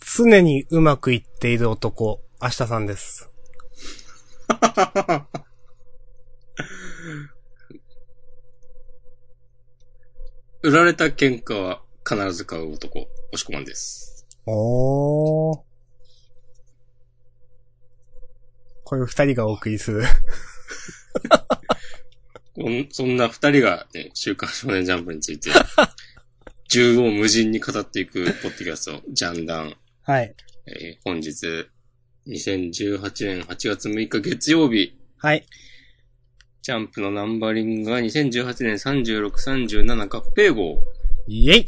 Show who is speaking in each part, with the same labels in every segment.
Speaker 1: 常にうまくいっている男、明日さんです。
Speaker 2: 売られた喧嘩は必ず買う男、押し込まんです。
Speaker 1: おー。こういう二人がお送りする。
Speaker 2: こんそんな二人が、ね、週刊少年ジャンプについて、 縦横無尽に語っていくポッドキャスト、ジャンダン。
Speaker 1: はい。
Speaker 2: えー本日、2018年8月6日月曜日、
Speaker 1: はい。
Speaker 2: ジャンプのナンバリングが2018年36、37合併号。
Speaker 1: イェイ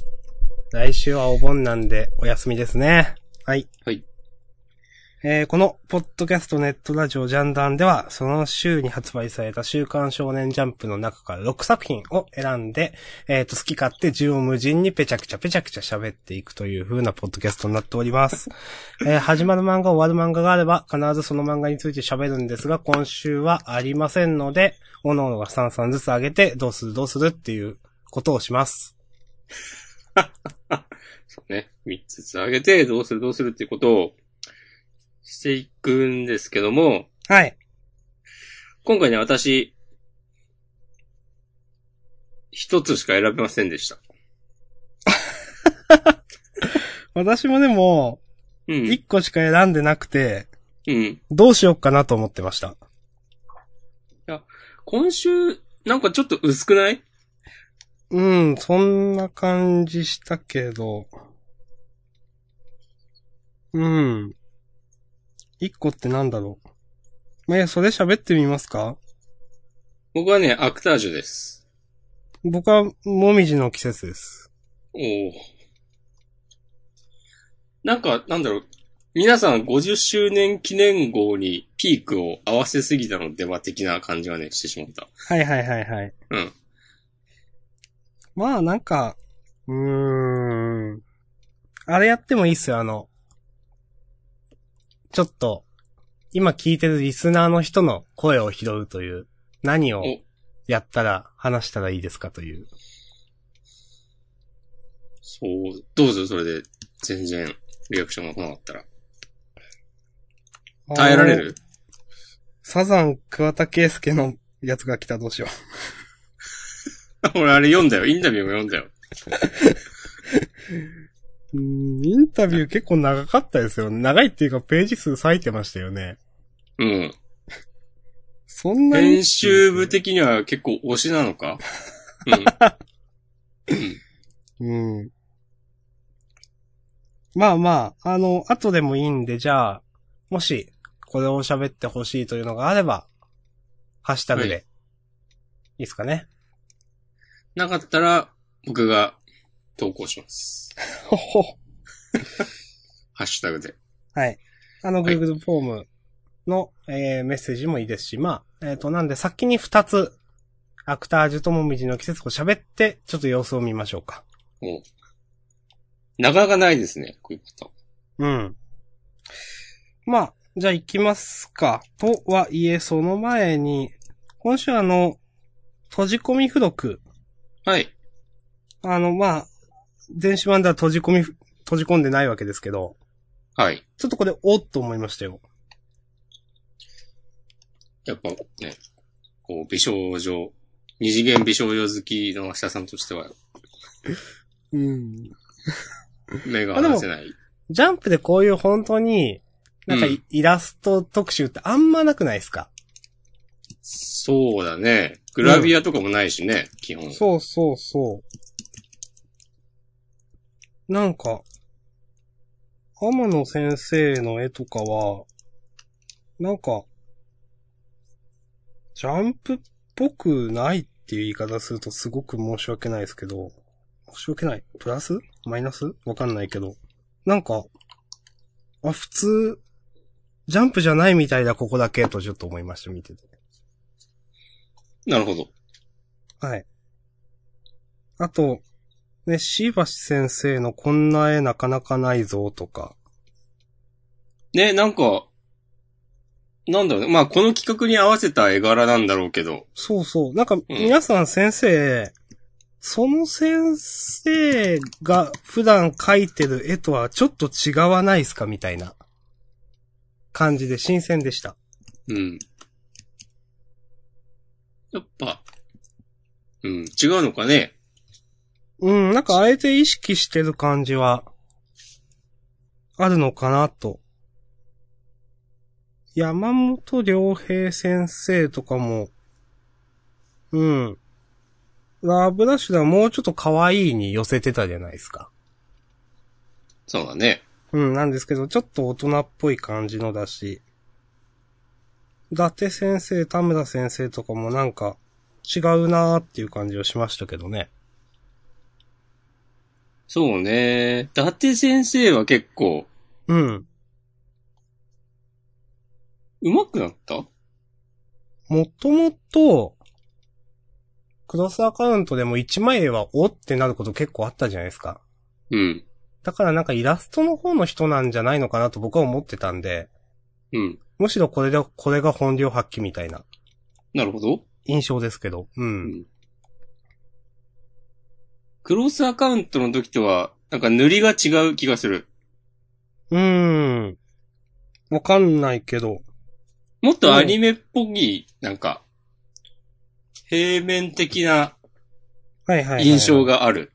Speaker 1: 来週はお盆なんでお休みですね。はい。
Speaker 2: はい。
Speaker 1: えーこの、ポッドキャストネットラジオジャンダンでは、その週に発売された週刊少年ジャンプの中から6作品を選んで、えっ、と、好き勝手縦横無尽にペチャクチャペチャクチャ喋っていくという風なポッドキャストになっております。えー始まる漫画、終わる漫画があれば、必ずその漫画について喋るんですが、今週はありませんので、おのおのが3、3ずつ上げて、どうするどうするっていうことをします。
Speaker 2: ね、3つずつ上げて、どうするどうするっていうことをしていくんですけども、
Speaker 1: はい。
Speaker 2: 今回ね、私、一つしか選べませんでした。
Speaker 1: 私もでも、
Speaker 2: う
Speaker 1: 一
Speaker 2: ん。
Speaker 1: 個しか選んでなくて、
Speaker 2: うん。
Speaker 1: どうしようかなと思ってました。
Speaker 2: 今週、なんかちょっと薄くない
Speaker 1: うん、そんな感じしたけど。うん。一個ってなんだろう。まあ、いやそれ喋ってみますか
Speaker 2: 僕はね、アクタージュです。
Speaker 1: 僕は、もみじの季節です。
Speaker 2: おお。なんか、なんだろう。皆さん50周年記念号にピークを合わせすぎたのでは的な感じはね、してしまった。
Speaker 1: はいはいはいはい。
Speaker 2: うん。
Speaker 1: まあ、なんか、うーん。あれやってもいいっすよ、あの。ちょっと、今聞いてるリスナーの人の声を拾うという、何を
Speaker 2: お
Speaker 1: やったら、話したらいいですかという。
Speaker 2: そう、どうぞそれで、全然、リアクションが来なかったら。耐えられる
Speaker 1: サザン桑田圭介のやつが来たどうしよ
Speaker 2: 俺あれ読んだよ。インタビューも読んだよ。
Speaker 1: う。うん、インタビュー結構長かったですよ。長いっていうかページ数割いてましたよね。
Speaker 2: うん。
Speaker 1: そんなに
Speaker 2: 編集部的には結構推しなのかうん。
Speaker 1: うん。まあまあ、あの、後でもいいんで、じゃあ、もし、これを喋ってほしいというのがあれば、ハッシュタグで、
Speaker 2: はい
Speaker 1: い、いですかね。
Speaker 2: なかったら、僕が投稿します。
Speaker 1: ほほ。
Speaker 2: ハッシュタグで。
Speaker 1: はい。あの、
Speaker 2: はい
Speaker 1: Google フォームの、えーメッセージもいいですし、まあ、えっ、と、なんで、先に2つ、アクタージュともみじの季節を喋って、ちょっと様子を見ましょうか。
Speaker 2: もう。なかなかないですね、こういうこ
Speaker 1: うん。まあ、じゃあ行きますか。とはいえ、その前に、今週あの、閉じ込み付録。
Speaker 2: と。はい。
Speaker 1: あの、まあ、電子版では閉じ込み、閉じ込んでないわけですけど、
Speaker 2: はい。
Speaker 1: ちょっとこれ、おっと思いましたよ。
Speaker 2: やっぱね、こう、美少女、二次元美少女好きの明日さんとしては、
Speaker 1: うん。
Speaker 2: 目が離せない。
Speaker 1: ジャンプでこういう本当に、なんかい、
Speaker 2: うん
Speaker 1: イラスト特集ってあんまなくないですか
Speaker 2: そうだね。グラビアとかもないしね、基本。
Speaker 1: そうそうそう。なんか、天野先生の絵とかは、なんか、ジャンプっぽくないっていう言い方するとすごく申し訳ないですけど、申し訳ない。プラスマイナスわかんないけど。なんか、あ、普通、ジャンプじゃないみたいだ、ここだけ、とちょっと思いました、見てて。
Speaker 2: なるほど。
Speaker 1: はい。あと、ね、椎橋先生のこんな絵なかなかないぞとか。
Speaker 2: ね、なんか、なんだろうね。まあ、この企画に合わせた絵柄なんだろうけど。
Speaker 1: そうそう。なんか、皆さん先生、その先生が普段描いてる絵とはちょっと違わないですかみたいな感じで新鮮でした。
Speaker 2: うん。やっぱ、うん、違うのかね
Speaker 1: うん、なんかあえて意識してる感じは、あるのかなと。山本良平先生とかも、うん。ラブラッシュではもうちょっと可愛いに寄せてたじゃないですか。
Speaker 2: そうだね。
Speaker 1: うん、なんですけど、ちょっと大人っぽい感じのだし、伊達先生、田村先生とかもなんか違うなーっていう感じはしましたけどね。
Speaker 2: そうね。伊達先生は結構、
Speaker 1: うん。
Speaker 2: 上手くなった
Speaker 1: もともと、クロスアカウントでも一枚絵はおってなること結構あったじゃないですか。
Speaker 2: うん。
Speaker 1: だからなんかイラストの方の人なんじゃないのかなと僕は思ってたんで、
Speaker 2: うん。
Speaker 1: むしろこれで、これが本領発揮みたいな
Speaker 2: なるほど。
Speaker 1: 印象ですけど。うん。
Speaker 2: クロスアカウントの時とは、なんか塗りが違う気がする。
Speaker 1: うーん。わかんないけど。
Speaker 2: もっとアニメっぽい、なんか、平面的な
Speaker 1: はいはいはい、
Speaker 2: 印象がある。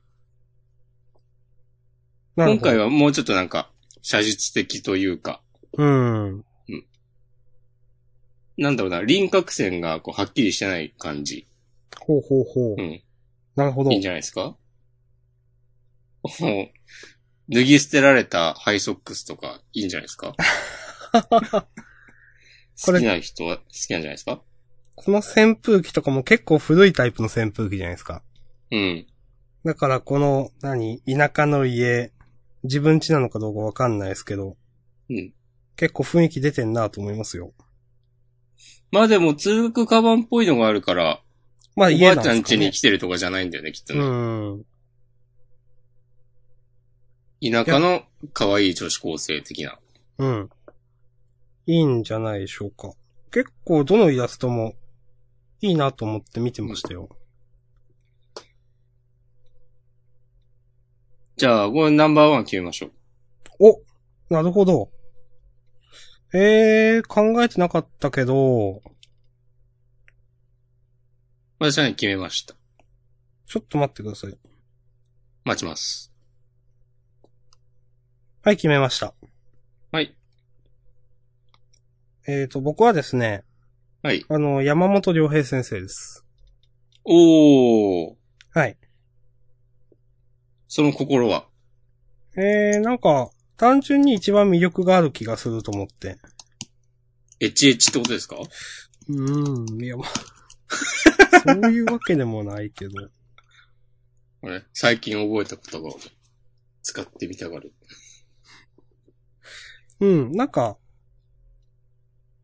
Speaker 1: なるほど
Speaker 2: 今回はもうちょっとなんか、写実的というか、
Speaker 1: うん。
Speaker 2: なんだろうな、輪郭線がこうはっきりしてない感じ。
Speaker 1: ほうほうほう。
Speaker 2: うん。
Speaker 1: なるほど
Speaker 2: いいん。じゃないですかもう、脱ぎ捨てられたハイソックスとか、いいんじゃないで すか
Speaker 1: こ
Speaker 2: 好
Speaker 1: れ
Speaker 2: きな人は好きなんじゃないですか
Speaker 1: この扇風機とかも結構古いタイプの扇風機じゃないですか。
Speaker 2: うん。
Speaker 1: だからこの、何、田舎の家、自分家なのかどうかわかんないですけど、
Speaker 2: うん。
Speaker 1: 結構雰囲気出てんなと思いますよ。
Speaker 2: まあでも、通学カバンっぽいのがあるから、
Speaker 1: まあ
Speaker 2: おば
Speaker 1: 家
Speaker 2: あ
Speaker 1: なん
Speaker 2: ちゃん
Speaker 1: ですか
Speaker 2: 家に
Speaker 1: ね。
Speaker 2: 来てるとかじゃないんだよね、きっと
Speaker 1: うん。
Speaker 2: ね。田舎の可愛い女子高生的な。
Speaker 1: うん。いいんじゃないでしょうか。結構どのイラストもいいなと思って見てましたよ。
Speaker 2: じゃあ、これナンバーワン決めましょう。
Speaker 1: おなるほど。えー、考えてなかったけど、
Speaker 2: 私はね、決めました。
Speaker 1: ちょっと待ってください。
Speaker 2: 待ちます。
Speaker 1: はい、決めました。
Speaker 2: はい。
Speaker 1: えーと、僕はですね、
Speaker 2: はい。
Speaker 1: あの、山本良平先生です。
Speaker 2: おー。
Speaker 1: はい。
Speaker 2: その心は。
Speaker 1: えー、なんか、単純に一番魅力がある気がすると思って。
Speaker 2: エチエチってことですか
Speaker 1: うーん、いや、まあ、 そういうわけでもないけど。
Speaker 2: これ、最近覚えた言葉を使ってみたがる。
Speaker 1: うん、なんか、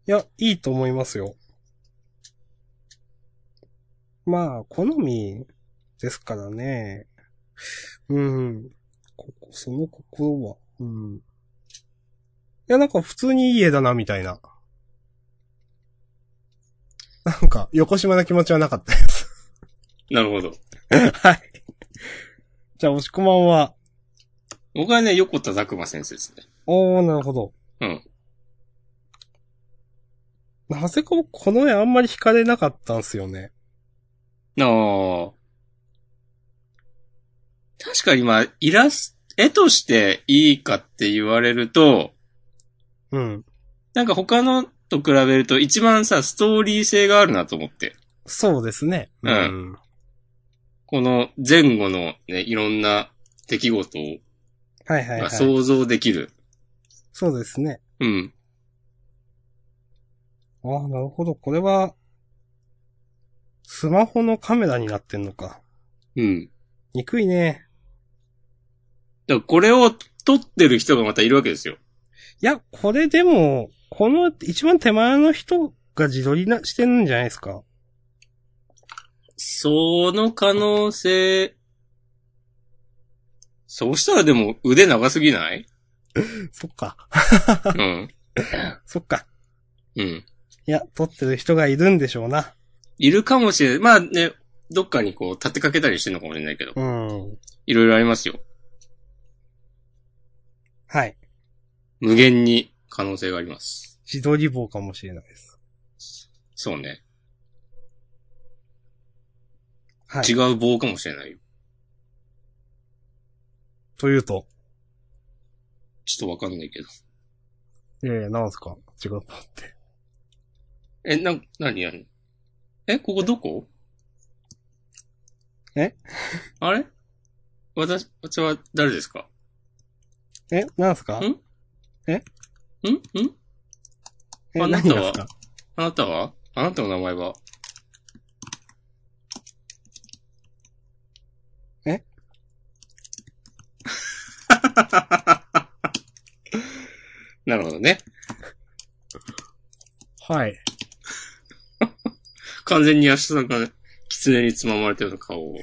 Speaker 1: いや、いいと思いますよ。まあ、好みですからね。うん。ここ、その心は、うん。いや、なんか普通にいい絵だな、みたいな。なんか、横島な気持ちはなかったです。
Speaker 2: なるほど。
Speaker 1: はい。じゃあ、押し込まんは、
Speaker 2: 僕はね、横田拓馬先生ですね。
Speaker 1: おー、なるほど。
Speaker 2: うん。
Speaker 1: なぜか僕この絵あんまり惹かれなかったんすよね。
Speaker 2: なあ。確かにまあ、イラスト、絵としていいかって言われると、
Speaker 1: うん。
Speaker 2: なんか他のと比べると一番さ、ストーリー性があるなと思って。
Speaker 1: そうですね。
Speaker 2: うん。この前後のね、いろんな出来事を
Speaker 1: はいはいはい。
Speaker 2: が
Speaker 1: そう
Speaker 2: 想像できる。
Speaker 1: ですね。
Speaker 2: うん。
Speaker 1: ああ、なるほど。これは、スマホのカメラになってんのか。
Speaker 2: うん。だ
Speaker 1: 憎いね。
Speaker 2: からこれを撮ってる人がまたいるわけですよ。
Speaker 1: いや、これでも、この一番手前の人が自撮りなしてるんじゃないですか。
Speaker 2: その可能性、そうしたらでも腕長すぎ ない
Speaker 1: そっか。
Speaker 2: うん。
Speaker 1: そっか。
Speaker 2: うん。
Speaker 1: いや、撮ってる人がいるんでしょうな。
Speaker 2: いるかもしれない。まあね、どっかにこう、立てかけたりしてるのかもしれないけど、
Speaker 1: うん。
Speaker 2: いろいろありますよ。
Speaker 1: はい。
Speaker 2: 無限に可能性があります。
Speaker 1: 自撮り棒かもしれないです。
Speaker 2: そうね。
Speaker 1: はい。
Speaker 2: 違う棒かもしれないよ。
Speaker 1: というと、
Speaker 2: ちょっとわかんないけど。
Speaker 1: いやいや、なんすか違うとって。
Speaker 2: え、な、なになにえ、ここどこ
Speaker 1: え
Speaker 2: あれ私、私は誰ですか
Speaker 1: え、なんすか
Speaker 2: んんん
Speaker 1: え、
Speaker 2: あな
Speaker 1: 何
Speaker 2: たは
Speaker 1: がですか
Speaker 2: あなたはあなたの名前は
Speaker 1: え
Speaker 2: なるほどね。
Speaker 1: はい。
Speaker 2: 完全にヤシさんがね、狐につままれたような顔をね、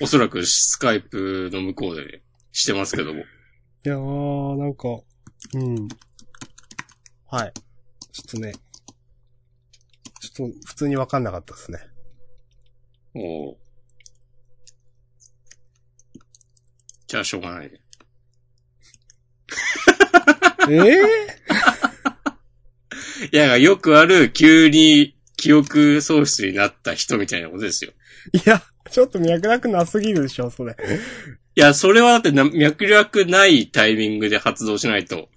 Speaker 2: おそらくスカイプの向こうで、ね、してますけども。
Speaker 1: いやー、なんか、うん。はい。ちょっとね、ちょっと普通にわかんなかったですね。
Speaker 2: おお。じゃあ、しょうがないね。
Speaker 1: ええ
Speaker 2: いや、よくある、急に記憶喪失になった人みたいなことですよ。
Speaker 1: いや、ちょっと脈絡なすぎるでしょ、それ。
Speaker 2: いや、それはだってな脈絡ないタイミングで発動しないと、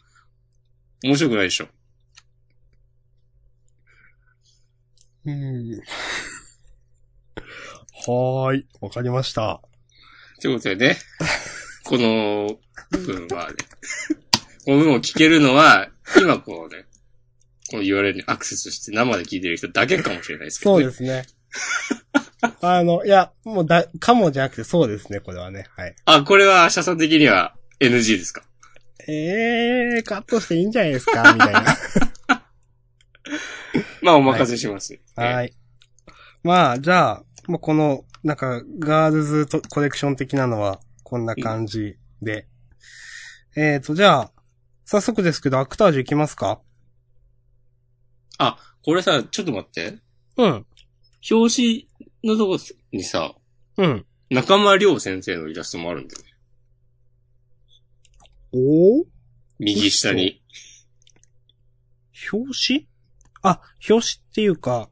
Speaker 2: 面白くないでしょ。
Speaker 1: うん。はーい。わかりました。
Speaker 2: ということ でね、この部分はね、この部分を聞けるのは、今こうね、この URL にアクセスして生で聞いてる人だけかもしれないですけど、
Speaker 1: そう
Speaker 2: ね。
Speaker 1: ですね。 あの、いや、もうだ、かもじゃなくてそうですね、これはね。はい。
Speaker 2: あ、これは、アシャさん的には NG ですか
Speaker 1: ええー、カットしていいんじゃないですか、みたいな。
Speaker 2: まあ、お任せします。。
Speaker 1: はいい。まあ、じゃあ、もうこの、なんか、ガールズとコレクション的なのは、こんな感じで。えーと、じゃあ、早速ですけど、アクタージュいきますか
Speaker 2: あ、これさ、ちょっと待って。
Speaker 1: うん。
Speaker 2: 表紙のとこにさ、
Speaker 1: うん。
Speaker 2: 中間良先生のイラストもあるんだよね。
Speaker 1: おお
Speaker 2: 右下に。
Speaker 1: 表紙あ、表紙っていうか、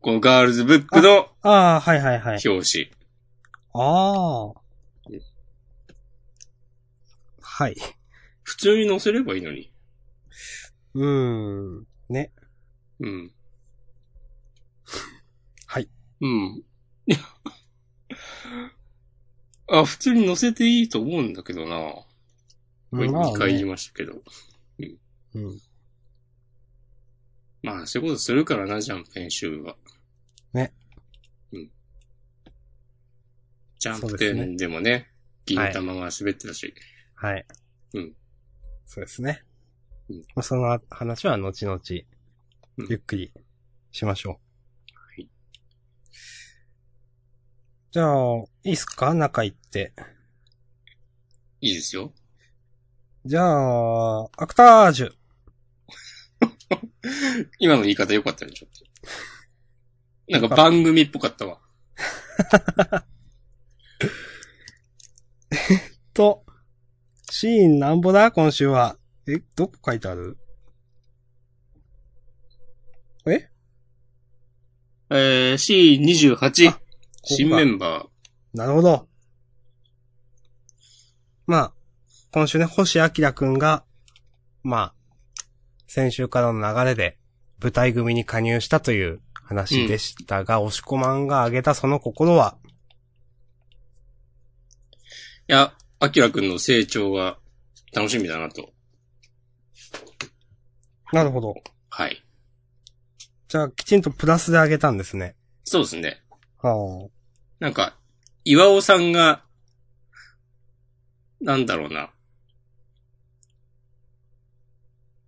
Speaker 2: このガールズブックの
Speaker 1: ああ、はいはいはい。
Speaker 2: 表紙。
Speaker 1: ああ。はい。
Speaker 2: 普通に載せればいいのに。
Speaker 1: うーん。
Speaker 2: うん。
Speaker 1: はい。
Speaker 2: うん。 いやあ、普通に載せていいと思うんだけどな。これ
Speaker 1: まあ
Speaker 2: 2回言い
Speaker 1: ね
Speaker 2: ましたけど。
Speaker 1: うん。
Speaker 2: まあ、そういうことするからな、ジャンプ編集は。
Speaker 1: ね。
Speaker 2: うん。ジャン
Speaker 1: そう
Speaker 2: プ
Speaker 1: ですね
Speaker 2: 編でもね、銀
Speaker 1: はい
Speaker 2: 玉が滑ってたし。
Speaker 1: はい。
Speaker 2: うん。
Speaker 1: そうですね。
Speaker 2: うん
Speaker 1: まあその話は後々、
Speaker 2: うん
Speaker 1: ゆっくりしましょう。
Speaker 2: はい
Speaker 1: じゃあ、いいっすか中行って。
Speaker 2: い、いですよ。
Speaker 1: じゃあ、アクタージュ。
Speaker 2: 今の言い方良かったね、ちょっと。なんか番組っぽかったわ。
Speaker 1: と、シーンなんぼだ今週は。え、どこ書いてある
Speaker 2: えー、C28
Speaker 1: あ。
Speaker 2: 新メンバー。
Speaker 1: なるほど。まあ、今週ね、星明くんが、まあ、先週からの流れで、舞台組に加入したという話でしたが、押し込まんが挙げたその心は、
Speaker 2: いや、アキラくんの成長が楽しみだなと。
Speaker 1: なるほど。
Speaker 2: はい。
Speaker 1: じゃあ、きちんとプラスで挙げたんですね。
Speaker 2: そうですね。
Speaker 1: は
Speaker 2: なんか、岩尾さんが、なんだろうな。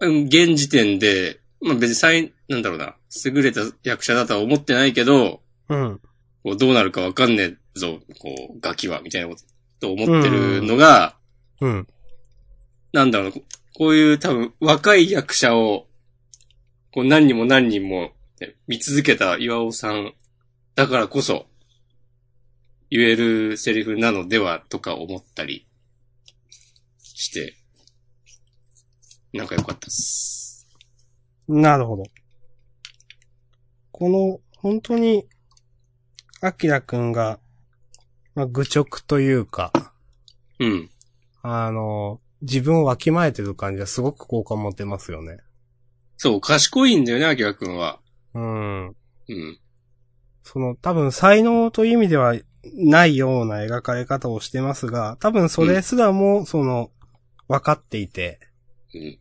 Speaker 2: うん現時点で、まあ別に最、なんだろうな。優れた役者だとは思ってないけど、
Speaker 1: あ。うん。
Speaker 2: こうどうなるかわかんねえぞ、こう、ガキは、みたいなこと、と思ってるのが、
Speaker 1: うん。
Speaker 2: なんだろうな、ここういう多分若い役者を、こう何人も何人もね、見続けた岩尾さんだからこそ、言えるセリフなのではとか思ったりして、なんか良かったっす。
Speaker 1: なるほど。この、本当に、アキラくんが、まあ、愚直というか、
Speaker 2: うん。
Speaker 1: あの、自分をわきまえてる感じはすごく好感持てますよね。
Speaker 2: そう、賢いんだよね、アキラくんは。
Speaker 1: うん。
Speaker 2: うん。
Speaker 1: その、多分才能という意味ではないような描かれ方をしてますが、多分それすらも、その、分かっていて、
Speaker 2: うん。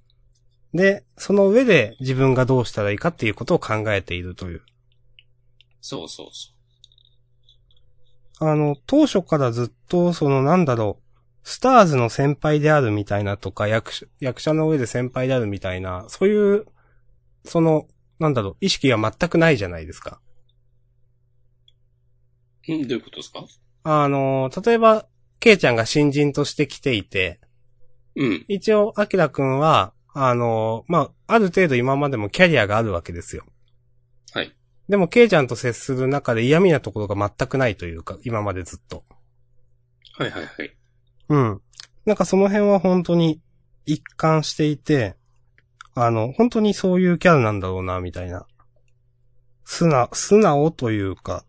Speaker 1: で、その上で自分がどうしたらいいかっていうことを考えているという。
Speaker 2: そうそうそ
Speaker 1: あの、当初からずっと、そのなんだろう、スターズの先輩であるみたいなとか、役者役者の上で先輩であるみたいな、そういう、その、なんだろう、意識が全くないじゃないですか。
Speaker 2: う。うん、どういうことですか
Speaker 1: あの、例えば、ケイちゃんが新人として来ていて、
Speaker 2: うん。
Speaker 1: 一応、アキラくんは、あの、まあ、ある程度今までもキャリアがあるわけですよ。
Speaker 2: はい。
Speaker 1: でも、ケイちゃんと接する中で嫌味なところが全くないというか、今までずっと。
Speaker 2: はいはいはい。
Speaker 1: うん。なんかその辺は本当に一貫していて、あの、本当にそういうキャラなんだろうな、みたいな。素直、素直というか、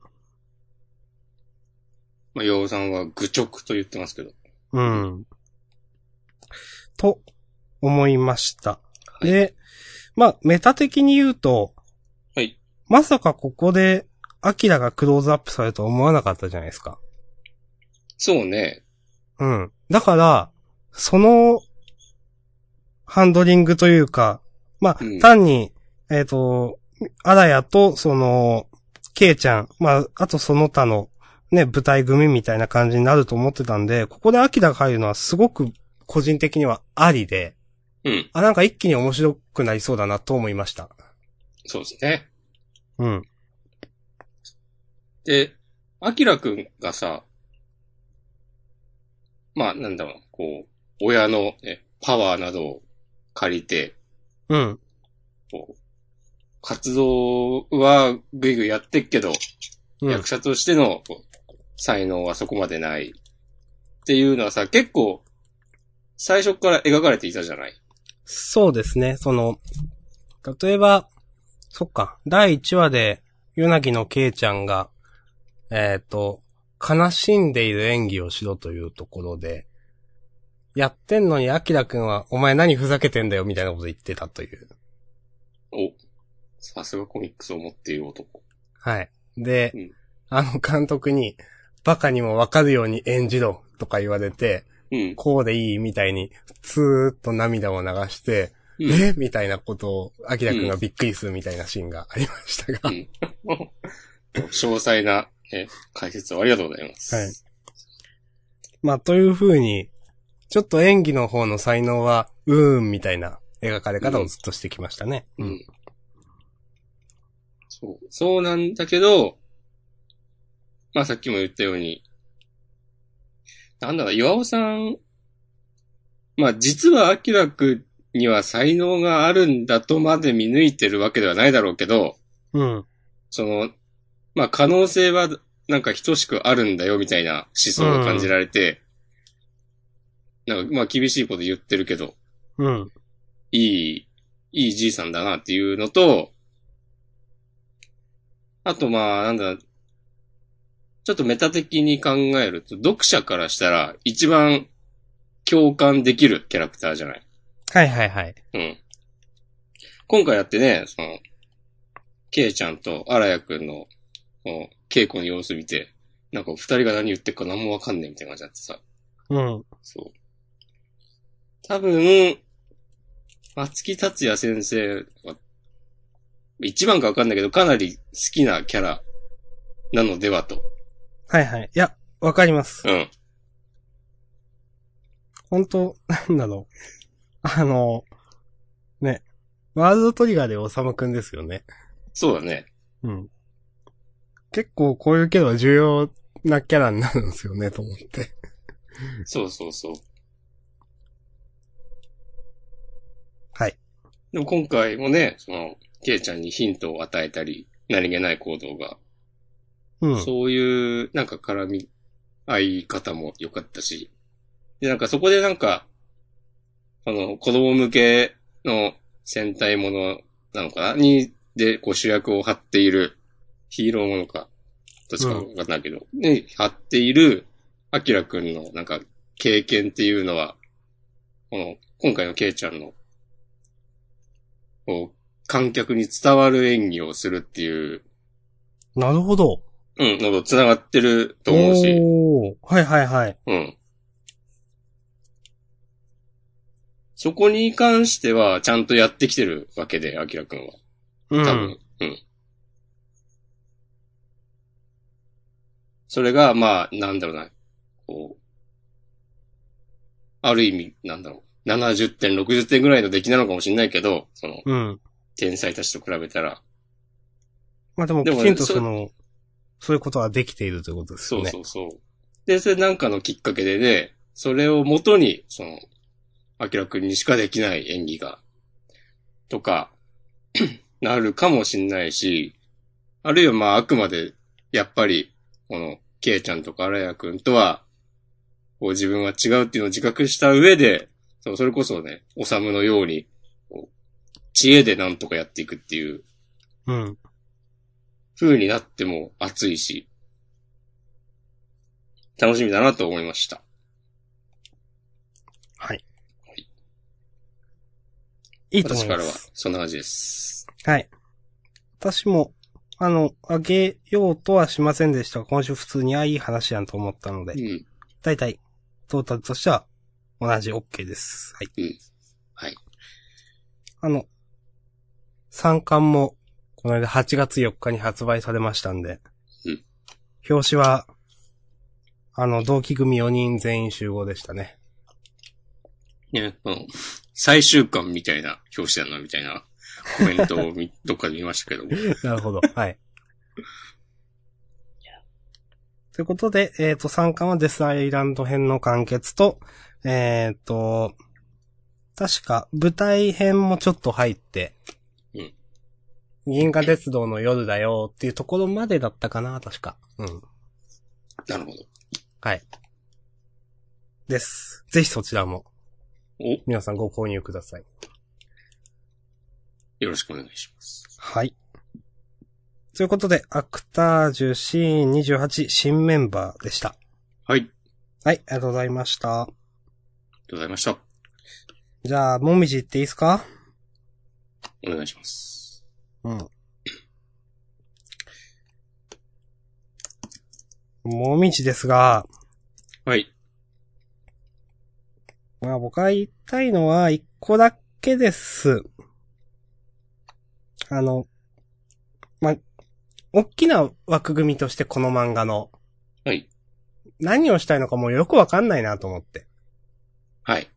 Speaker 2: まあ、洋さんは愚直と言ってますけど。
Speaker 1: うん。と、思いました。
Speaker 2: い
Speaker 1: で、まあ、メタ的に言うと、
Speaker 2: はい。
Speaker 1: まさかここで、アキラがクローズアップされるとは思わなかったじゃないですか。
Speaker 2: そうね。
Speaker 1: うん。だから、その、ハンドリングというか、まあ、
Speaker 2: うん
Speaker 1: 単に、えっ、と、アラヤと、その、ケイちゃん、まあ、あとその他の、ね、舞台組みたいな感じになると思ってたんで、ここでアキラが入るのはすごく個人的にはありで、
Speaker 2: うん。
Speaker 1: あ、なんか一気に面白くなりそうだなと思いました。
Speaker 2: そうですね。
Speaker 1: うん。
Speaker 2: で、アキラくんがさ、まあ、なんだろう、こう、親の、ね、パワーなどを借りて、
Speaker 1: うん。
Speaker 2: こう、活動はぐいぐいやってっけど、
Speaker 1: うん
Speaker 2: 役。者としてのこう才能はそこまでない。っていうのはさ、結構、最初から描かれていたじゃない
Speaker 1: そうですね、その、例えば、そっか、第1話で、ヨナギのケイちゃんが、えっ、と、悲しんでいる演技をしろというところで、やってんのにアキラくんは、お前何ふざけてんだよみたいなこと言ってたという。
Speaker 2: お、さすがコミックスを持っている男。
Speaker 1: はい。で、
Speaker 2: うん
Speaker 1: あの監督に、バカにもわかるように演じろとか言われて、
Speaker 2: うん。
Speaker 1: こうでいいみたいに、ずーっと涙を流して、
Speaker 2: うん
Speaker 1: えみたいなことを、アキラくんがびっくりするみたいなシーンがありましたが。
Speaker 2: うん詳細な、ね、解説をありがとうございます。
Speaker 1: はい。 まあ、という風に、ちょっと演技の方の才能は、うーんみたいな描かれ方をずっとしてきましたね。
Speaker 2: うん。そう。そうなんだけど、まあさっきも言ったように、なんだろう、岩尾さん、まあ実はアキラくんには才能があるんだとまで見抜いてるわけではないだろうけど、
Speaker 1: うん。
Speaker 2: その、まあ可能性はなんか等しくあるんだよみたいな思想が感じられて、なんかまあ厳しいこと言ってるけど、
Speaker 1: うん。
Speaker 2: いい、いいじいさんだなっていうのと、あとまあ、なんだ、ちょっとメタ的に考えると、読者からしたら一番共感できるキャラクターじゃない
Speaker 1: はいはいはい。
Speaker 2: うん。今回やってね、その、ケイちゃんとアラヤくんの、その稽古の様子見て、なんか二人が何言ってるか何もわかんねえみたいな感じになってさ、
Speaker 1: うん。
Speaker 2: そう。多分、松木達也先生は、一番かわかんないけど、かなり好きなキャラなのではと。
Speaker 1: はいはい。いや、わかります。
Speaker 2: うん。
Speaker 1: 本当なんだろう。あの、ね。ワールドトリガーでおさむくんですよね。
Speaker 2: そうだね。
Speaker 1: うん。結構こういうキャラは重要なキャラになるんですよね、と思って。
Speaker 2: そうそうそう。
Speaker 1: はい。
Speaker 2: でも今回もね、その、ケイちゃんにヒントを与えたり、何気ない行動が
Speaker 1: うん。
Speaker 2: そういう、なんか絡み、合い方も良かったし。で、なんかそこでなんか、あの、子供向けの戦隊ものなのかなに、で、こう主役を張っている、ヒーローものか、どっちかわかんないけど、ね、張っている、アキラくんのなんか、経験っていうのは、この、今回のケイちゃんの、こう、観客に伝わる演技をするっていう
Speaker 1: なるほど。
Speaker 2: うん、のと繋がってると思うし、
Speaker 1: おーはいはいはい。
Speaker 2: うん。そこに関しては、ちゃんとやってきてるわけで、アキラくんは。
Speaker 1: う
Speaker 2: 多
Speaker 1: ん。
Speaker 2: 分、うん。それが、まあ、なんだろうな、こう、ある意味、なんだろう、70点、60点ぐらいの出来なのかもしれないけど、その、
Speaker 1: うん。
Speaker 2: 天才たちと比べたら、
Speaker 1: まあでも、
Speaker 2: で
Speaker 1: き
Speaker 2: も
Speaker 1: ちんと
Speaker 2: そ
Speaker 1: その、そういうことはできているということです
Speaker 2: そ
Speaker 1: よ
Speaker 2: う
Speaker 1: ね。
Speaker 2: そうそう。で、それなんかのきっかけでね、それをもとに、その、アキラくんにしかできない演技が、とか、 なるかもしんないし、あるいはまああくまで、やっぱり、この、ケイちゃんとかアラヤくんとは、こう自分は違うっていうのを自覚した上で、そうそれこそね、おさむのように、こう知恵でなんとかやっていくっていう
Speaker 1: うん。
Speaker 2: 風になっても熱いし、楽しみだなと思いました。
Speaker 1: はい。いいと思
Speaker 2: 私
Speaker 1: い
Speaker 2: か
Speaker 1: ま
Speaker 2: らは
Speaker 1: す。
Speaker 2: そんな感じです。
Speaker 1: はい。私も、あの、あげようとはしませんでしたが、今週普通に、あ、いい話やんと思ったので
Speaker 2: う、ん。
Speaker 1: だいたい、トータルとしては、同じ OK です。はい。
Speaker 2: うん。はい。
Speaker 1: あの、三巻も、この間8月4日に発売されましたんで、
Speaker 2: うん
Speaker 1: 表紙は、あの、同期組4人全員集合でしたね。
Speaker 2: ね、この、最終巻みたいな表紙だな、みたいなコメントをみどっかで見ましたけ ども。
Speaker 1: なるほど。はい。ということで、えっ、と、3巻はデスアイランド編の完結と、えっ、と、確か舞台編もちょっと入って、
Speaker 2: うん
Speaker 1: 銀河鉄道の夜だよっていうところまでだったかな、確か。うん。
Speaker 2: なるほど。
Speaker 1: はい。です。ぜひそちらも、
Speaker 2: お、
Speaker 1: 皆さんご購入ください。
Speaker 2: よろしくお願いします。
Speaker 1: はい。ということで、アクタージュシーン28新メンバーでした。
Speaker 2: はい。ありが
Speaker 1: はい、ありがとうございました。
Speaker 2: とうございました。
Speaker 1: じゃあ、もみじ行っていいですか
Speaker 2: お願いします。
Speaker 1: うん。もみじですが、
Speaker 2: はい。
Speaker 1: まあ僕が言いたいのは一個だけです。あの、まあ、大きな枠組みとしてこの漫画の
Speaker 2: はい。
Speaker 1: 何をしたいのかもうよくわかんないなと思って。
Speaker 2: はい。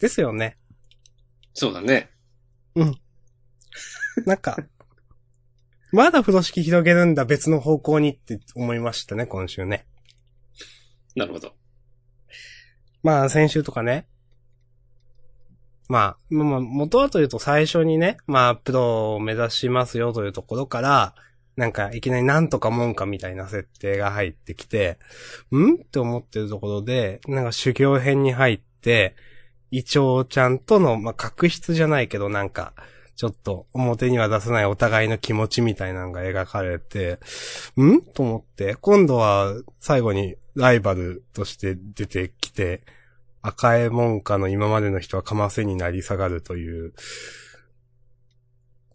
Speaker 1: ですよね。
Speaker 2: そうだね。
Speaker 1: なんか、 まだ風呂敷広げるんだ別の方向にって思いましたね、今週ね。
Speaker 2: なるほど。
Speaker 1: まあ、先週とかね。まあ、まあまあ、元はというと最初にね、まあ、プロを目指しますよというところから、なんか、いきなりなんとかもんかみたいな設定が入ってきて、んって思ってるところで、なんか修行編に入って、イチョウちゃんとの、まあ、確執じゃないけど、なんか、ちょっと表には出せないお互いの気持ちみたいなのが描かれて、んと思って、今度は最後にライバルとして出てきて、赤え門下の今までの人はかませになり下がるという、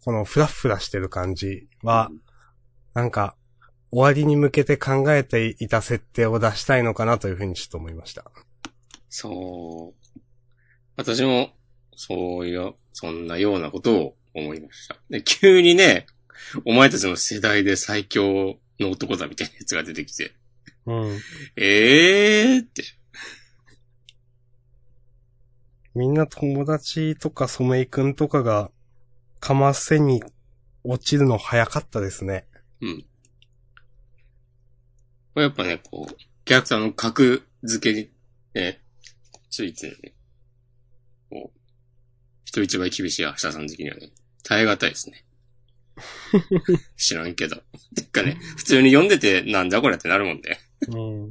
Speaker 1: このフラフラしてる感じは、なんか、終わりに向けて考えていた設定を出したいのかなというふうにちょっと思いました。
Speaker 2: そう。私も、そういう、そんなようなことを思いました。で、急にね、お前たちの世代で最強の男だみたいなやつが出てきて、
Speaker 1: うん。
Speaker 2: ええーって、
Speaker 1: みんな友達とかソメイ君とかが、かませに落ちるの早かったですね。
Speaker 2: うん。これやっぱね、こう、キャラクターの格付けに、ね、ついてね、 こう、人一倍厳しい明日さん的にはね、耐え難いですね。知らんけど。てかね、普通に読んでて、なんだこれってなるもんね。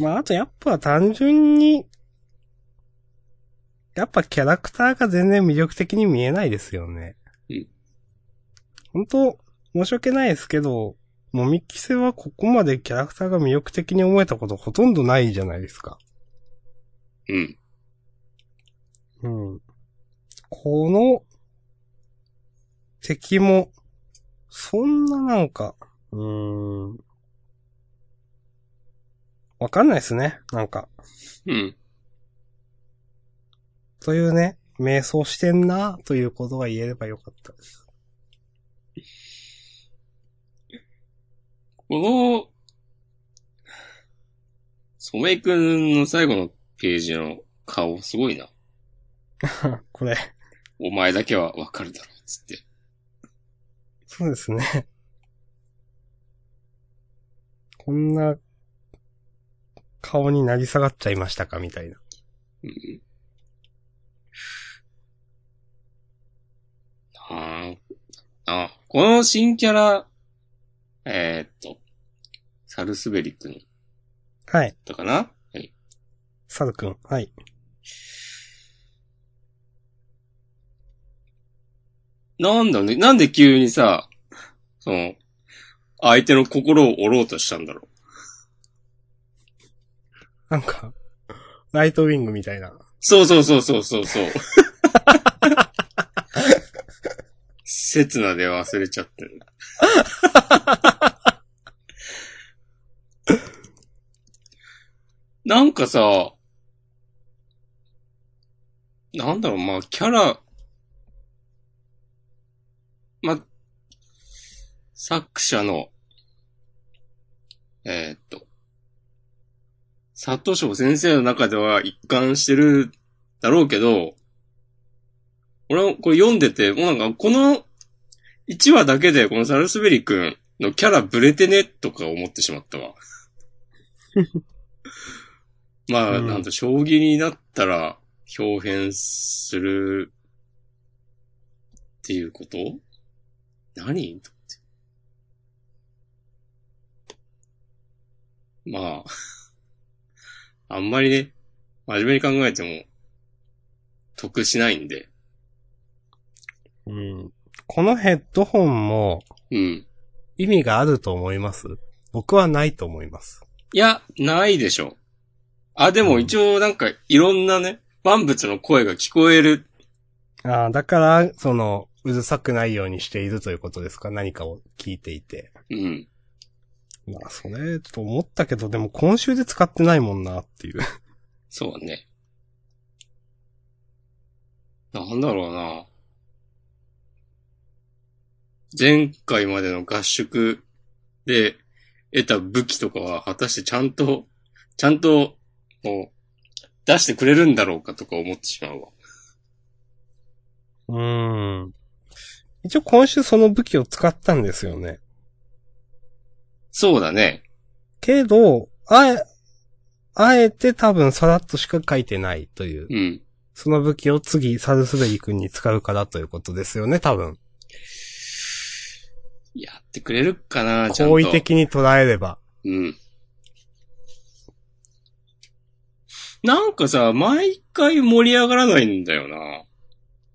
Speaker 1: うん。まあ、あとやっぱ単純に、やっぱキャラクターが全然魅力的に見えないですよね。
Speaker 2: うん。
Speaker 1: 本当申し訳ないですけど、もみきせはここまでキャラクターが魅力的に思えたことほとんどないじゃないですか。
Speaker 2: うん。
Speaker 1: うん。この、敵も、そんななんか、うーん。わかんないですね。なんか。
Speaker 2: うん。
Speaker 1: というね、瞑想してんな、ということが言えればよかったです。
Speaker 2: この、染井くんの最後のページの顔、すごいな。
Speaker 1: これ、
Speaker 2: お前だけはわかるだろう、つって。
Speaker 1: そうですね。こんな、顔になり下がっちゃいましたか、みたいな。
Speaker 2: うんあーあ、この新キャラ、えーっと、サルスベリ君
Speaker 1: はい。
Speaker 2: だかなはい。
Speaker 1: サルくん。はい。
Speaker 2: なんだね、なんで急にさ、その、相手の心を折ろうとしたんだろう。
Speaker 1: なんか、ライトウィングみたいな。
Speaker 2: そうそうそうそうそうそう。刹那で忘れちゃってる。なんかさ、なんだろう、まあ、キャラ、まあ、作者の、えーっと、佐藤翔先生の中では一貫してるだろうけど、俺はこれ読んでて、もうなんかこの1話だけでこのサルスベリ君のキャラブレてねとか思ってしま ったわ。まあ、
Speaker 1: うん
Speaker 2: なんと将棋になったら表変するっていうこと何と思ってまあ、あんまりね、真面目に考えても、得しないんで。
Speaker 1: うん。このヘッドホンも
Speaker 2: うん。
Speaker 1: 意味があると思います僕はないと思います。
Speaker 2: いや、ないでしょう。あ、でも一応なんか、いろんなね、万物の声が聞こえる。
Speaker 1: ああ、だから、その、うるさくないようにしているということですか何かを聞いていて。
Speaker 2: うん。
Speaker 1: まあ、それ、と思ったけど、でも今週で使ってないもんなっていう。
Speaker 2: そうね。なんだろうな。前回までの合宿で得た武器とかは果たしてちゃんと、ちゃんと、こう、出してくれるんだろうかとか思ってしまうわ。
Speaker 1: うーん。一応今週その武器を使ったんですよね。
Speaker 2: そうだね。
Speaker 1: けど、あえ、あえて多分さらっとしか書いてないという。
Speaker 2: うん。
Speaker 1: その武器を次、サルスベリ君に使うからということですよね、多分。
Speaker 2: やってくれるかな、ちゃんと。
Speaker 1: 好意的に捉えれば。
Speaker 2: うん。なんかさ、毎回盛り上がらないんだよな。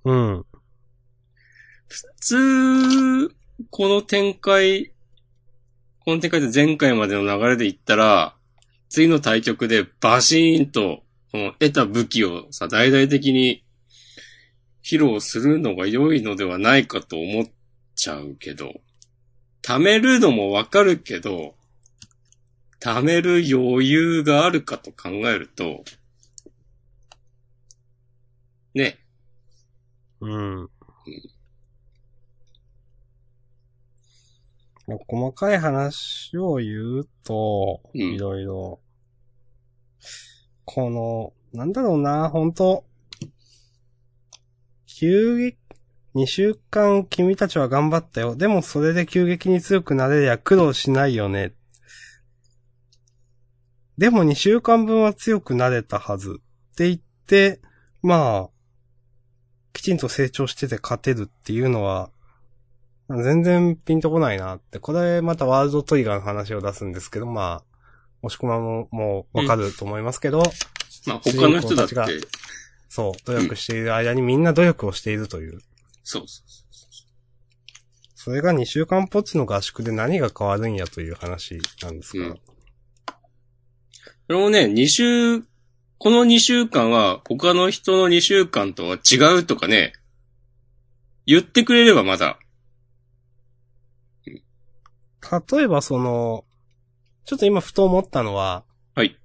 Speaker 1: うん。
Speaker 2: 普通、この展開、この展開で前回までの流れで言ったら、次の対局でバシーンと、この得た武器をさ、大々的に披露するのが良いのではないかと思っちゃうけど、貯めるのもわかるけど、貯める余裕があるかと考えると、ね、
Speaker 1: うん。まあ細かい話を言うと、
Speaker 2: うん
Speaker 1: いろいろ。この、なんだろうな、本当急激、2週間君たちは頑張ったよ。でもそれで急激に強くなれりゃ苦労しないよね。でも2週間分は強くなれたはず。って言って、まあ、きちんと成長してて勝てるっていうのは、全然ピンとこないなって。これまたワールドトリガーの話を出すんですけど、まあ、押し込まももうわかると思いますけど、
Speaker 2: まあ他の人だっ
Speaker 1: 主人公た
Speaker 2: て、
Speaker 1: そう、努力している間にみんな努力をしているという。
Speaker 2: そうそうそ
Speaker 1: それが2週間ポチの合宿で何が変わるんやという話なんですが。
Speaker 2: うんう。これもね、2週、この2週間は他の人の2週間とは違うとかね、言ってくれればまだ、
Speaker 1: 例えばその、ちょっと今ふと思ったのは、
Speaker 2: はい。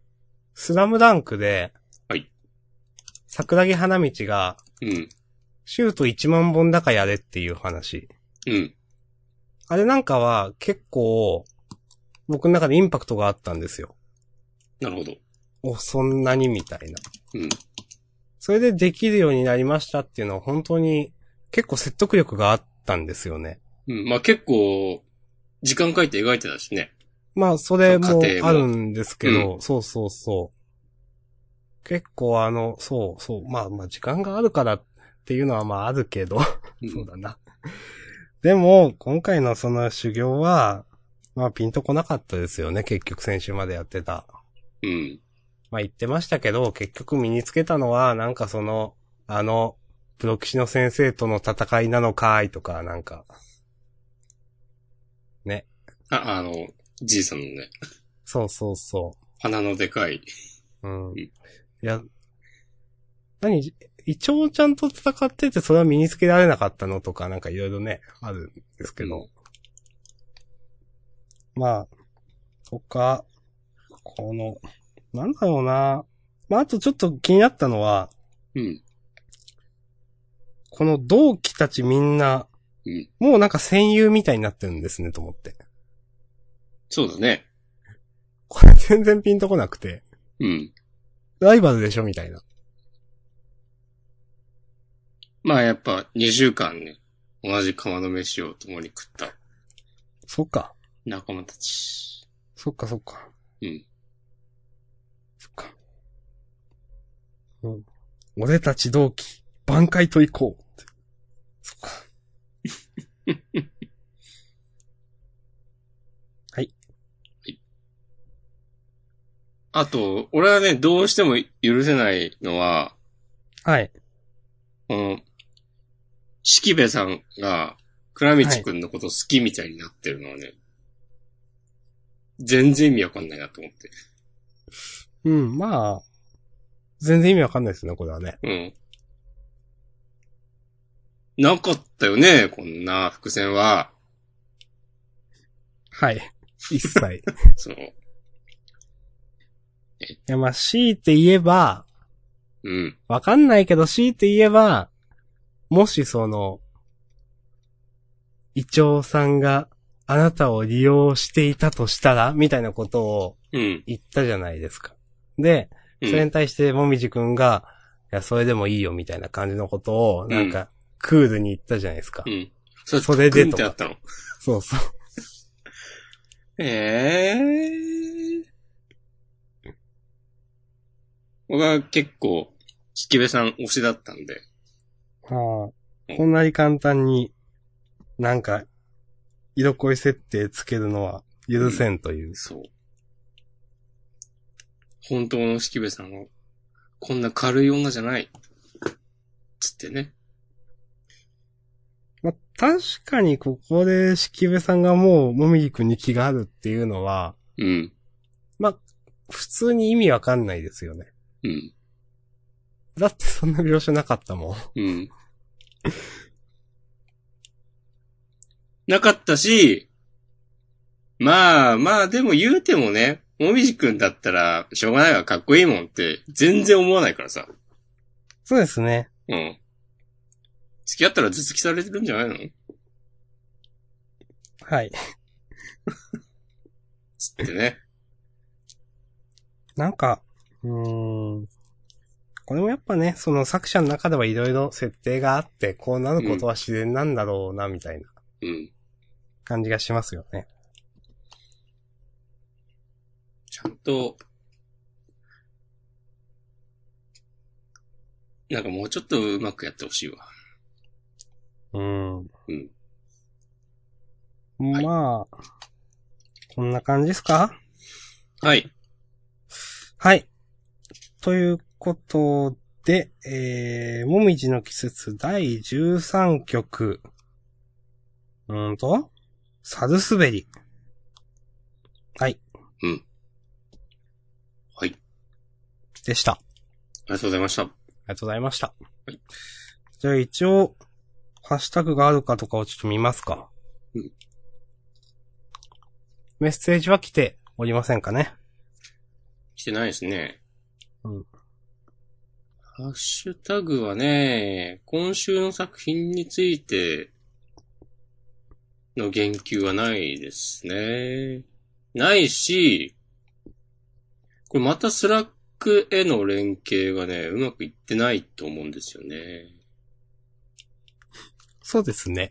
Speaker 1: スラムダンクで、
Speaker 2: はい。
Speaker 1: 桜木花道が、
Speaker 2: うん、
Speaker 1: シュート1万本だかやれっていう話。
Speaker 2: うん、
Speaker 1: あれなんかは結構、僕の中でインパクトがあったんですよ。
Speaker 2: なるほど。
Speaker 1: お、そんなにみたいな。
Speaker 2: うん、
Speaker 1: それでできるようになりましたっていうのは本当に結構説得力があったんですよね。
Speaker 2: うん。まあ結構、時間書いて描いてたしね。
Speaker 1: まあ、それも
Speaker 2: 家庭
Speaker 1: あ
Speaker 2: も
Speaker 1: るんですけど、そうそうそう。結構あの、そうそう、まあまあ時間があるからっていうのはまああるけど、
Speaker 2: うん
Speaker 1: そうだな。でも、今回のその修行は、まあピンとこなかったですよね、結局先週までやってた。
Speaker 2: うん。
Speaker 1: まあ言ってましたけど、結局身につけたのは、なんかその、あの、プロ騎士の先生との戦いなのかいとか、なんか、
Speaker 2: あ、あの、じいさんのね、
Speaker 1: そうそうそう。
Speaker 2: 鼻のでかい。
Speaker 1: うん。
Speaker 2: ん
Speaker 1: いや、何イチョウちゃんと戦っててそれは身につけられなかったのとか、なんかいろいろね、あるんですけど。まあ、とか、この、なんだろうな。まあ、あとちょっと気になったのは、
Speaker 2: うん。
Speaker 1: この同期たちみんな、
Speaker 2: うん
Speaker 1: もうなんか戦友みたいになってるんですね、と思って。
Speaker 2: そうだね。
Speaker 1: これ全然ピンとこなくて、
Speaker 2: うん。
Speaker 1: ライバルでしょ、みたいな。
Speaker 2: まあやっぱ2週間ね、同じ釜の飯を共に食った
Speaker 1: そっか。
Speaker 2: 仲間たち。
Speaker 1: そっかそっか。
Speaker 2: うん。
Speaker 1: そっか。うん。俺たち同期、挽回と行こう。そっか。
Speaker 2: あと、俺はね、どうしても許せないのは、
Speaker 1: はい。
Speaker 2: この、四季部さんが、倉道くんのこと好きみたいになってるのはね、全然意味わかんないなと思って。
Speaker 1: うん、まあ、全然意味わかんないですね、これはね。
Speaker 2: うん。なかったよね、こんな伏線は。
Speaker 1: はい。一切。 い
Speaker 2: その、
Speaker 1: や、まあ、強いて言えば、
Speaker 2: うん。
Speaker 1: わかんないけど、強いて言えば、もしその、イチョウさんがあなたを利用していたとしたら、みたいなことを
Speaker 2: うん。
Speaker 1: 言ったじゃないですか。で、
Speaker 2: う
Speaker 1: それ
Speaker 2: ん。
Speaker 1: に対して、もみじくんが、いや、それでもいいよ、みたいな感じのことを、なんか、クールに言ったじゃないですか。
Speaker 2: うん。そ
Speaker 1: それで
Speaker 2: グンっ
Speaker 1: と
Speaker 2: て
Speaker 1: か
Speaker 2: あったの。
Speaker 1: そうそう。
Speaker 2: ええ僕は結構、七部さん推しだったんで。
Speaker 1: はあ、こんなに簡単に、なんか、色恋設定つけるのは許せんという。
Speaker 2: そう。本当の七部さんは、こんな軽い女じゃない。つってね。
Speaker 1: まあ、確かにここで、しきべさんがもう、もみじくんに気があるっていうのは、
Speaker 2: うん。
Speaker 1: 普通に意味わかんないですよね。
Speaker 2: うん。
Speaker 1: だってそんな描写なかったもん。
Speaker 2: うん。なかったし、まあまあ、でも言うてもね、もみじくんだったら、しょうがないわ、かっこいいもんって、全然思わないからさ。
Speaker 1: そうですね。
Speaker 2: うん。付き合ったら頭突きされてるんじゃないの
Speaker 1: はい。
Speaker 2: つってね。
Speaker 1: なんか、うーん。これもやっぱね、その作者の中ではいろいろ設定があって、こうなることは自然なんだろうな、みたいな
Speaker 2: うん。
Speaker 1: 感じがしますよね。
Speaker 2: ちゃんと、なんかもうちょっとうまくやってほしいわ。
Speaker 1: うん。
Speaker 2: うんはい
Speaker 1: まあ、こんな感じですか
Speaker 2: はい。
Speaker 1: はい。ということで、えー、もみじの季節第13曲。うーんと、サルスベリ。はい。
Speaker 2: うん。はい。
Speaker 1: でした。あ
Speaker 2: ありがとうございました。
Speaker 1: りがとうございました。
Speaker 2: はい
Speaker 1: じゃあ一応、ハッシュタグがあるかとかをちょっと見ますか。
Speaker 2: うん
Speaker 1: メッセージは来ておりませんかね。
Speaker 2: 来てないですね。
Speaker 1: うん
Speaker 2: ハッシュタグはね、今週の作品についての言及はないですね。ないし、これまたスラックへの連携がね、うまくいってないと思うんですよね。
Speaker 1: そうですね。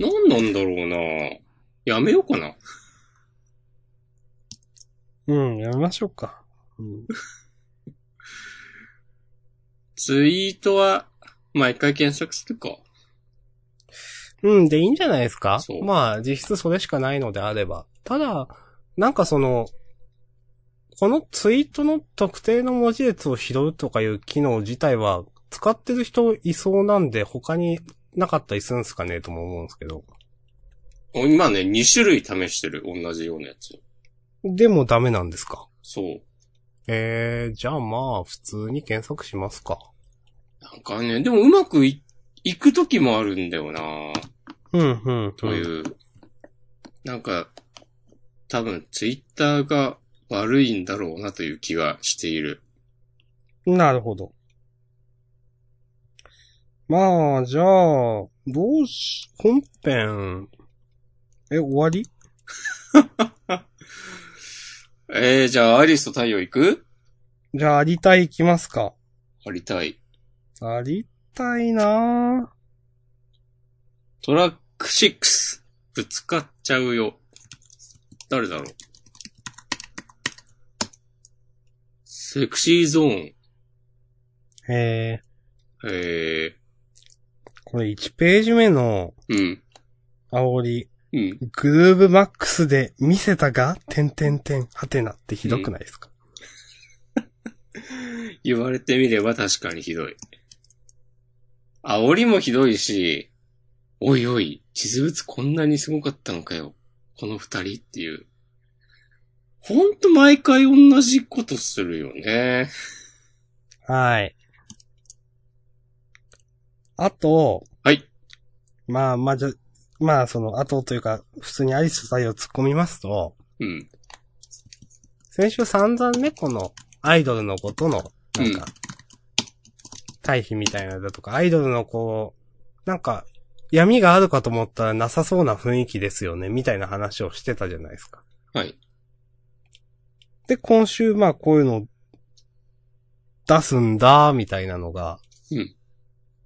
Speaker 2: なんなんだろうなやめようかな。
Speaker 1: うん、やめましょうか。うん。
Speaker 2: ツイートは毎回検索するか。
Speaker 1: うん、でいいんじゃないですか
Speaker 2: そう
Speaker 1: まあ、実質それしかないのであれば。ただ、なんかその、このツイートの特定の文字列を拾うとかいう機能自体は、使ってる人いそうなんで、他になかったりするんすかねとも思うんですけど。
Speaker 2: 今ね、2種類試してる。同じようなやつ。
Speaker 1: でもダメなんですか
Speaker 2: そう。
Speaker 1: えー、じゃあまあ、普通に検索しますか。
Speaker 2: なんかね、でもうまくい、いく時もあるんだよな
Speaker 1: うん、うん、
Speaker 2: という。なんか、多分ツイッターが悪いんだろうなという気がしている。
Speaker 1: なるほど。まあ、じゃあ、どうし、本編、え、終わり
Speaker 2: えー、じゃあアリスと太陽行く
Speaker 1: じゃあ、ありたい行きますか。
Speaker 2: ありたい。
Speaker 1: ありたいなぁ
Speaker 2: トラック6、ぶつかっちゃうよ。誰だろうセクシーゾーン。
Speaker 1: えー、
Speaker 2: え
Speaker 1: これ1ページ目の
Speaker 2: ー、うん。
Speaker 1: 煽り、
Speaker 2: うん。
Speaker 1: グルーブマックスで見せたが、てんてんてん、はてなってひどくないですか、
Speaker 2: 言われてみれば確かにひどい。煽りもひどいし、おいおい、実物こんなにすごかったのかよ。この二人っていう。ほんと毎回同じことするよね。
Speaker 1: はい。あと、
Speaker 2: はい。
Speaker 1: まあ、まあ、じゃ、まあ、その、あとというか、普通にアリスと太陽を突っ込みますと、
Speaker 2: うん。
Speaker 1: 先週散々ね、この、アイドルの子との、なんか、対比みたいなのだとか、アイドルの子、なんか、闇があるかと思ったらなさそうな雰囲気ですよね、みたいな話をしてたじゃないですか。
Speaker 2: はい。
Speaker 1: で、今週、まあ、こういうのを出すんだ、みたいなのが、
Speaker 2: うん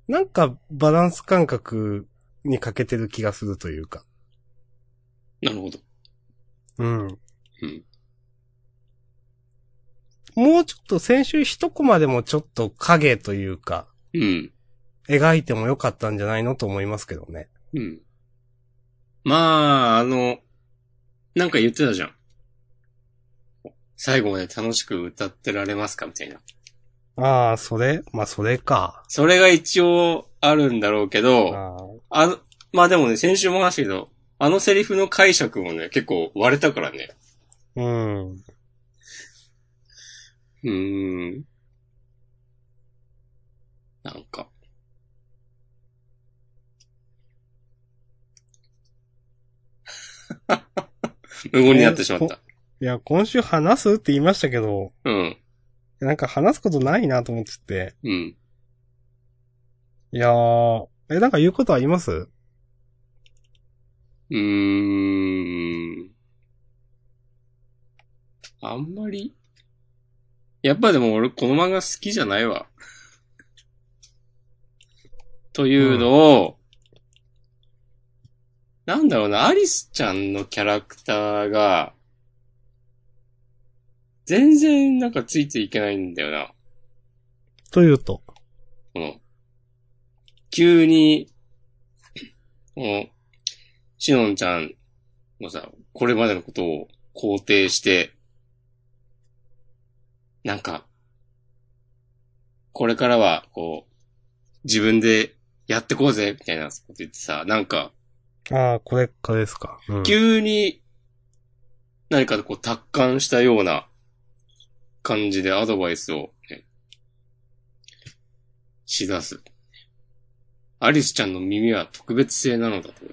Speaker 1: なんか、バランス感覚に欠けてる気がするというか。
Speaker 2: なるほど。
Speaker 1: うん。
Speaker 2: うん。
Speaker 1: もうちょっと先週一コマでもちょっと影というか、
Speaker 2: うん。
Speaker 1: 描いてもよかったんじゃないのと思いますけどね。
Speaker 2: うん。まあ、あの、なんか言ってたじゃん。最後まで楽しく歌ってられますかみたいな。
Speaker 1: ああ、それまあ、それか。
Speaker 2: それが一応あるんだろうけど、
Speaker 1: あ
Speaker 2: あの、まあでもね、先週も話したけど、あのセリフの解釈もね、結構割れたからね。
Speaker 1: ーうん。
Speaker 2: うーん。なんか。 無言になってしまった。
Speaker 1: いや、今週話すって言いましたけど、
Speaker 2: うん。
Speaker 1: なんか話すことないなと思ってて。
Speaker 2: うん。
Speaker 1: いやー、え、なんか言うことあります
Speaker 2: うーん。あんまり。やっぱでも俺この漫画好きじゃないわ。 というのを、なんだろうな、アリスちゃんのキャラクターが、全然なんかついていけないんだよな。
Speaker 1: というと。
Speaker 2: この、急に、もう、しのんちゃんのさ、これまでのことを肯定して、なんか、これからは、こう、自分でやってこうぜ、みたいなこと言ってさ、なんか、
Speaker 1: ああ、これかですか。うん、
Speaker 2: 急に、何かこう、達観したような感じでアドバイスを、ね、しだす。アリスちゃんの耳は特別性なのだと。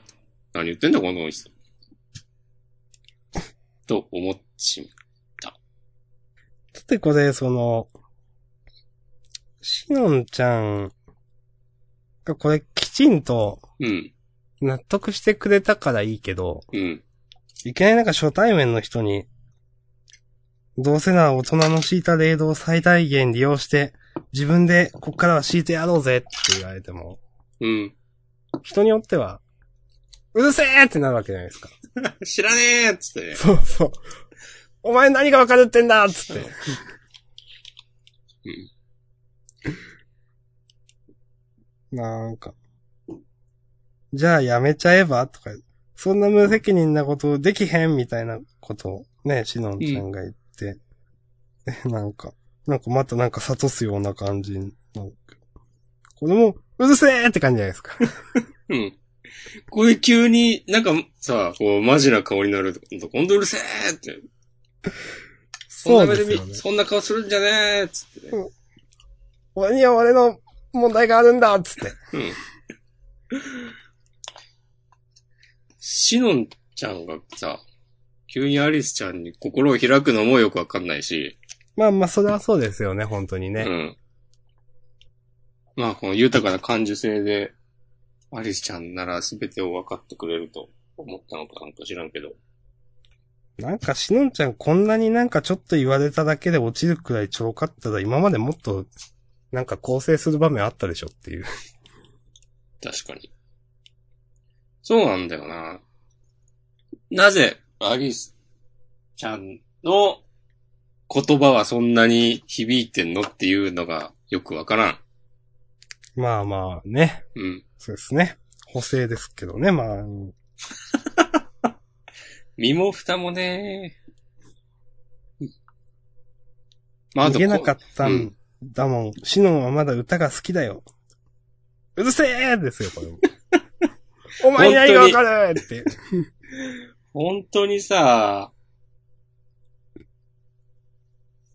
Speaker 2: 何言ってんだ、この人。と思ってしまう。
Speaker 1: だってこれ、その、しのんちゃんがこれきちんと
Speaker 2: うん、
Speaker 1: 納得してくれたからいいけど、
Speaker 2: うん、
Speaker 1: いきなりなんか初対面の人に、どうせなら大人の敷いたレールを最大限利用して、自分でこっからは敷いてやろうぜって言われても、
Speaker 2: うん。
Speaker 1: 人によっては、うるせえってなるわけじゃないですか。
Speaker 2: 知らねえっつってね。
Speaker 1: そうそう。お前何がわかるってんだっつって。なんか。じゃあやめちゃえばとか、そんな無責任なことできへんみたいなことをね、しのんちゃんが言って。えなんか、なんかまたなんか悟すような感じの。これも、うるせえって感じじゃないです か。
Speaker 2: うん。こういう急になんかさ、こう、マジな顔になると、ほんとうるせえって。そんな目で見そんな顔するんじゃねえっつってね。
Speaker 1: 俺には俺の問題があるんだっつって。
Speaker 2: シノンちゃんがさ、急にアリスちゃんに心を開くのもよくわかんないし、
Speaker 1: まあまあ、それはそうですよね、本当に
Speaker 2: う
Speaker 1: ね。
Speaker 2: ん。まあ、この豊かな感受性で、アリスちゃんなら全てを分かってくれると思ったのかなんか知らんけど。
Speaker 1: なんか、しのんちゃんこんなになんかちょっと言われただけで落ちるくらいちょろかったら、今までもっと、なんか構成する場面あったでしょって いう。
Speaker 2: 確かに。そうなんだよな。なぜ、アリスちゃんの言葉はそんなに響いてんのっていうのがよくわからん。
Speaker 1: まあまあね。
Speaker 2: うん。
Speaker 1: そうですね。補正ですけどね、まあ。うん
Speaker 2: 身も蓋もね。まあ、あ
Speaker 1: 逃
Speaker 2: と
Speaker 1: げなか
Speaker 2: こ
Speaker 1: った
Speaker 2: うんん
Speaker 1: だもん。しのんはまだ歌が好きだよ。うるせえですよ、これ も。お前に何がわかるっていう。
Speaker 2: 本当にさ、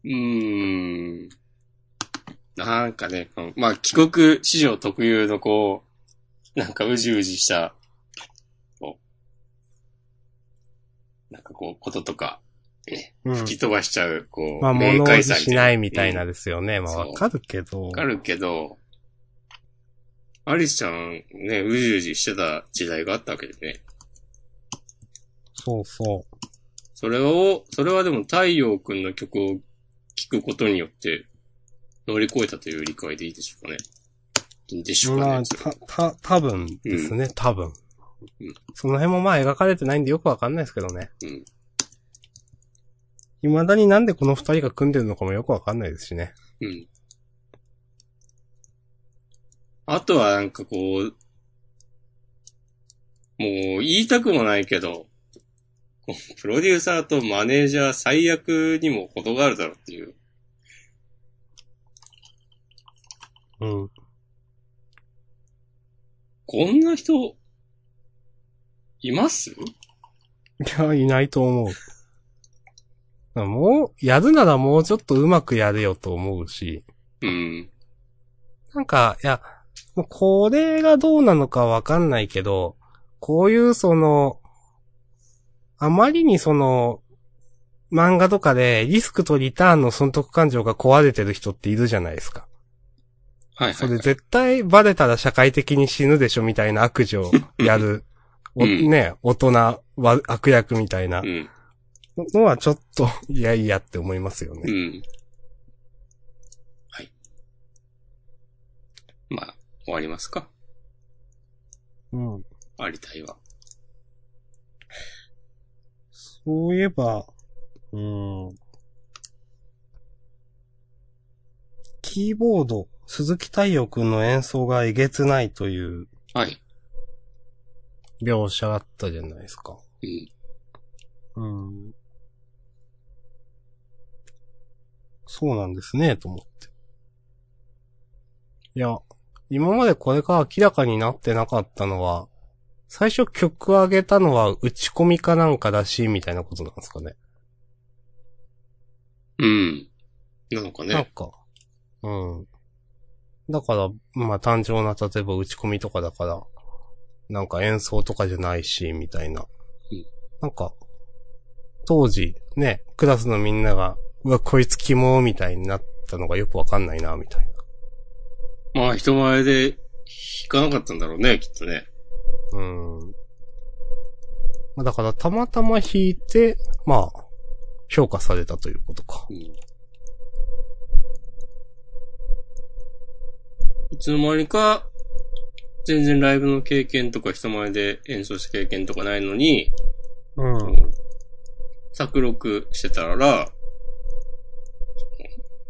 Speaker 2: うーん。なんかね、このまあ、帰国史上特有のこう、なんかうじうじした、こう、なんかこう、こととか、
Speaker 1: う
Speaker 2: 吹き
Speaker 1: ん。
Speaker 2: 飛ばしちゃう、こう、
Speaker 1: まあ、物お
Speaker 2: 解
Speaker 1: じしないみたいなですよね。まあ、
Speaker 2: そう
Speaker 1: わかるけど
Speaker 2: わ。かるけど、アリスちゃんね、うじうじしてた時代があったわけでね。
Speaker 1: そうそう。
Speaker 2: それを、それはでも太陽くんの曲を聴くことによって乗り越えたという理解でいいでしょうかね。でしょう
Speaker 1: ま
Speaker 2: か
Speaker 1: あ、
Speaker 2: ね。
Speaker 1: た、た、多分ですね、多分
Speaker 2: うん。
Speaker 1: その辺もまあ描かれてないんでよくわかんないですけどね。
Speaker 2: うん
Speaker 1: 未だになんでこの二人が組んでるのかもよくわかんないですしね。
Speaker 2: うん。あとはなんかこう、もう言いたくもないけど、こうプロデューサーとマネージャー最悪にも程があるだろうっていう。
Speaker 1: うん。
Speaker 2: こんな人、います
Speaker 1: いや、いないと思う。もう、やるならもうちょっとうまくやれよと思うし。
Speaker 2: うん。
Speaker 1: なんか、いや、もうこれがどうなのかわかんないけど、こういうその、あまりにその、漫画とかでリスクとリターンの損得感情が壊れてる人っているじゃないですか。
Speaker 2: はい、は
Speaker 1: そ
Speaker 2: い。
Speaker 1: れ絶対バレたら社会的に死ぬでしょみたいな悪事をやる。お
Speaker 2: うん
Speaker 1: ね、大人は悪役みたいな
Speaker 2: うん。
Speaker 1: のはちょっと、いやいやって思いますよ
Speaker 2: う
Speaker 1: ね。
Speaker 2: ん。はい。まあ、終わりますか
Speaker 1: うん。
Speaker 2: ありたいは。
Speaker 1: そういえば、うん。キーボード、鈴木太陽くんの演奏がえげつないという
Speaker 2: はい。
Speaker 1: 描写あったじゃないですか。
Speaker 2: うん。
Speaker 1: うん。そうなんですね、と思って。いや、今までこれが明らかになってなかったのは、最初曲上げたのは打ち込みかなんかだし、みたいなことなんですかね。
Speaker 2: うん。なのか
Speaker 1: なん
Speaker 2: ね。
Speaker 1: か。うん。だから、まあ単調な、例えば打ち込みとかだから、なんか演奏とかじゃないし、みたいな。
Speaker 2: うん
Speaker 1: なんか、当時、ね、クラスのみんなが、うわ、こいつ肝みたいになったのがよくわかんないな、みたい
Speaker 2: まあ、人前で弾かなかったんだろうね、きっとね。
Speaker 1: な。うん。まあだから、たまたま弾いて、まあ、評価されたということか。
Speaker 2: うん。いつの間にか、全然ライブの経験とか人前で演奏した経験とかないのに、
Speaker 1: うん。
Speaker 2: 作録してたら、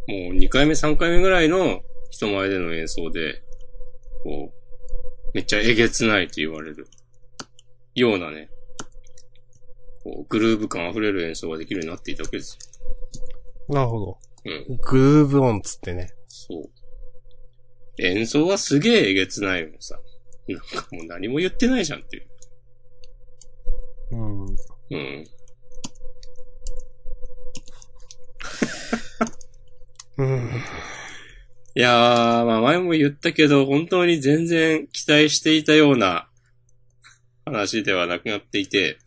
Speaker 2: もう2回目3回目ぐらいの人前での演奏で、こう、めっちゃえげつないと言われるようなね、こう、グルーヴ感溢れる演奏ができるようになっていたわけです
Speaker 1: なるほど。
Speaker 2: よ。うん。
Speaker 1: グルーブ音つってね。
Speaker 2: そう。演奏はすげええげつないもんさ。なんかもう何も言ってないじゃんっていう。
Speaker 1: うん。
Speaker 2: うん。
Speaker 1: うん。
Speaker 2: いやー、まあ前も言ったけど、本当に全然期待していたような話ではなくなっていて。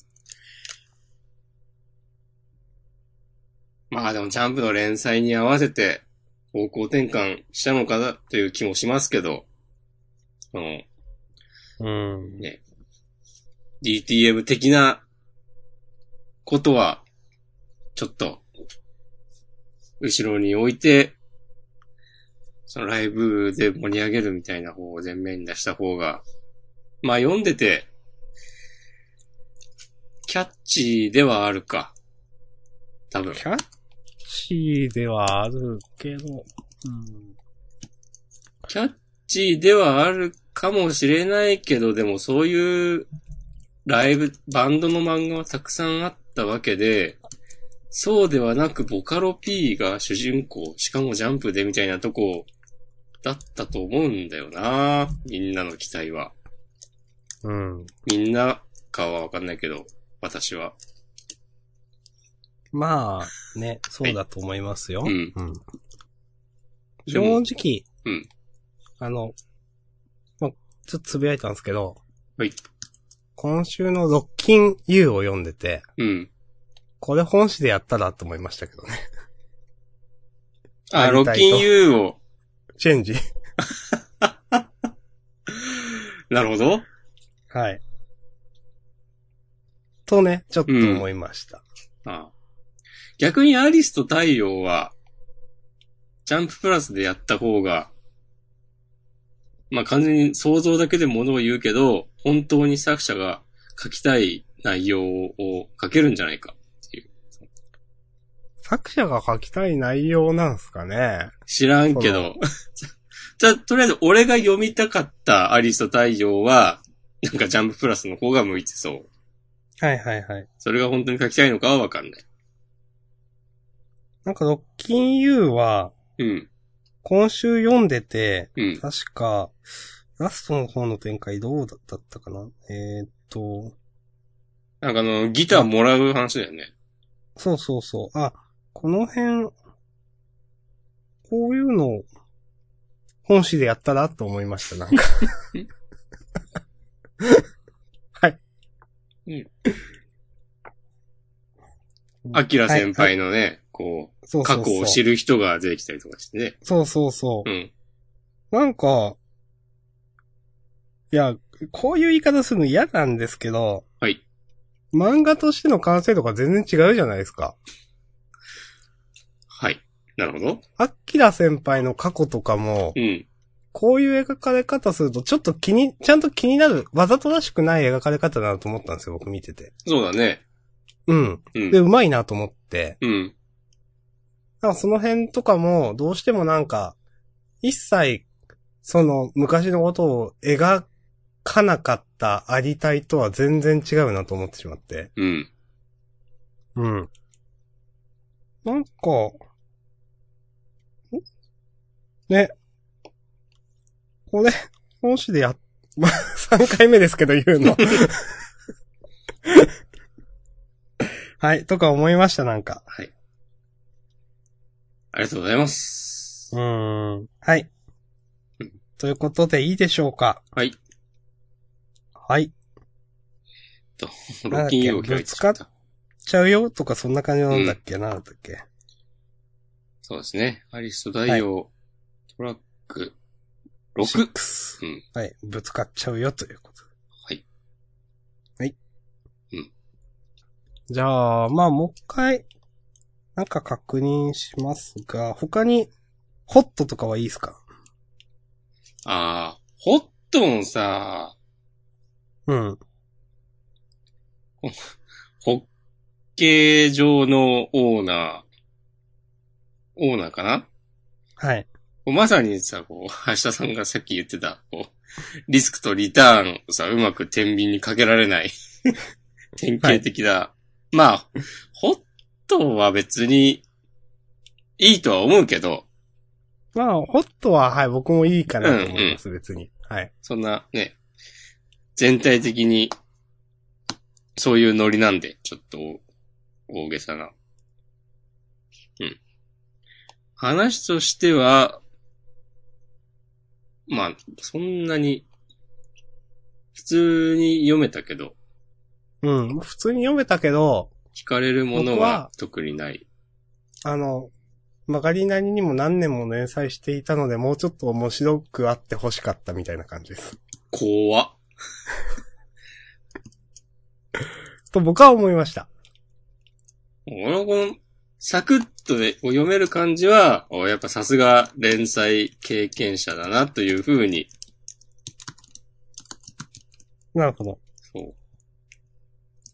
Speaker 2: まあでもジャンプの連載に合わせて方向転換したのかなという気もしますけど、その、
Speaker 1: うん。
Speaker 2: DTM 的なことは、ちょっと、後ろに置いて、そのライブで盛り上げるみたいな方を前面に出した方が、まあ読んでて、キャッチーではあるか。多分。
Speaker 1: キャッチーではあるけど、うん。
Speaker 2: キャッチーではあるかもしれないけど、でもそういうライブ、バンドの漫画はたくさんあったわけで、そうではなくボカロ P が主人公、しかもジャンプでみたいなとこだったと思うんだよなみんなの期待は。
Speaker 1: うん。
Speaker 2: みんなかはわかんないけど、私は。
Speaker 1: まあ、ね、そうだと思いますよ。
Speaker 2: うん。
Speaker 1: うん。
Speaker 2: で
Speaker 1: 正
Speaker 2: も
Speaker 1: 直、
Speaker 2: うん
Speaker 1: あの、ま、ちょっとつぶやいたんですけど、
Speaker 2: はい。
Speaker 1: 今週のロッキン U を読んでて、
Speaker 2: うん。
Speaker 1: これ本誌でやったらと思いましたけどね。
Speaker 2: あ、
Speaker 1: 入
Speaker 2: ロ
Speaker 1: りた
Speaker 2: ッ
Speaker 1: いと
Speaker 2: キン U を。
Speaker 1: チェンジ。
Speaker 2: なるほど。
Speaker 1: はい。とね、ちょっと思いました。
Speaker 2: ああ逆にアリスと太陽は、ジャンププラスでやった方が、まあ完全に想像だけでものを言うけど、本当に作者が書きたい内容を書けるんじゃないか。
Speaker 1: 作者が書きたい内容なんすかね。
Speaker 2: 知らんけど。 じゃあ、とりあえず俺が読みたかったアリスと太陽は、なんかジャンププラスの方が向いてそう。
Speaker 1: はいはいはい。
Speaker 2: それが本当に書きたいのかはわかんない。
Speaker 1: なんか、ロッキン U は、
Speaker 2: うん、
Speaker 1: 今週読んでて、
Speaker 2: うん、
Speaker 1: 確か、ラストの方の展開どうだったかなえー、っと、
Speaker 2: なんかあの、ギターもらう話だよね。
Speaker 1: そうそうそう。あ、この辺、こういうの、本誌でやったらと思いました、 なんか。はい。
Speaker 2: うん。アキラ先輩のね、こう、
Speaker 1: そうそ
Speaker 2: 過
Speaker 1: う
Speaker 2: 去
Speaker 1: そう
Speaker 2: を知る人が出てきたりとかしてね。
Speaker 1: そうそうそうう。
Speaker 2: ん。
Speaker 1: なんか、いや、こういう言い方するの嫌なんですけど、
Speaker 2: はい。
Speaker 1: 漫画としての完成度が全然違うじゃないですか。
Speaker 2: はい。なるほど。
Speaker 1: アッキラ先輩の過去とかも
Speaker 2: う、ん。
Speaker 1: こういう描かれ方すると、ちょっと気に、ちゃんと気になる、わざとらしくない描かれ方だなと思ったんですよ、僕見てて。
Speaker 2: そうだね。
Speaker 1: うん。
Speaker 2: う
Speaker 1: で、
Speaker 2: ん。
Speaker 1: うまいなと思って。
Speaker 2: うん。
Speaker 1: なんかその辺とかも、どうしてもなんか、一切、その、昔のことを描かなかったありたいとは全然違うなと思ってしまって。
Speaker 2: うん。
Speaker 1: うん。なんか、んね。これ、本誌でやっ、 まあ、3回目ですけど言う の。はい、とか思いました、なんか。
Speaker 2: ありがとうございます
Speaker 1: う。ーん。はい
Speaker 2: うん。
Speaker 1: ということでいいでしょうか
Speaker 2: はい。
Speaker 1: はい。
Speaker 2: ロッキン U を開いてしまった。
Speaker 1: ちゃうよとかそんな感じなんだっけ、なんだっけ
Speaker 2: そうですね。アリスト大王、トラック6。
Speaker 1: 6
Speaker 2: うん
Speaker 1: はい。ぶつかっちゃうよということ
Speaker 2: はい。
Speaker 1: はい。
Speaker 2: うん。
Speaker 1: じゃあ、まあ、もう一回、なんか確認しますが、他に、ホットとかはいいですか
Speaker 2: あー、ホットンさ、
Speaker 1: うん。
Speaker 2: ホッケー場のオーナー、オーナーかな
Speaker 1: はい。
Speaker 2: こうまさにさ、こう、橋田さんがさっき言ってた、こう、リスクとリターンをさ、うまく天秤にかけられない、 典型的な、まあ、ホットは別に、いいとは思うけど、
Speaker 1: まあ、ホットは、はい、僕もいいかなと思います、別に。はい。
Speaker 2: そんなね、全体的に、そういうノリなんで、ちょっと大、大げさな。うん。話としては、まあ、そんなに、普通に読めたけど、
Speaker 1: うん。普通に読めたけど、
Speaker 2: 惹かれるもの
Speaker 1: 僕
Speaker 2: は
Speaker 1: は
Speaker 2: 特にない。
Speaker 1: あの、曲がりなりにも何年も連載していたので、もうちょっと面白くあってほしかったみたいな感じです。
Speaker 2: 怖っ
Speaker 1: と僕は思いました。
Speaker 2: 俺はこの、サクッとね、こう読める感じは、おやっぱさすが連載経験者だなというふうに、
Speaker 1: なるほど。
Speaker 2: そう。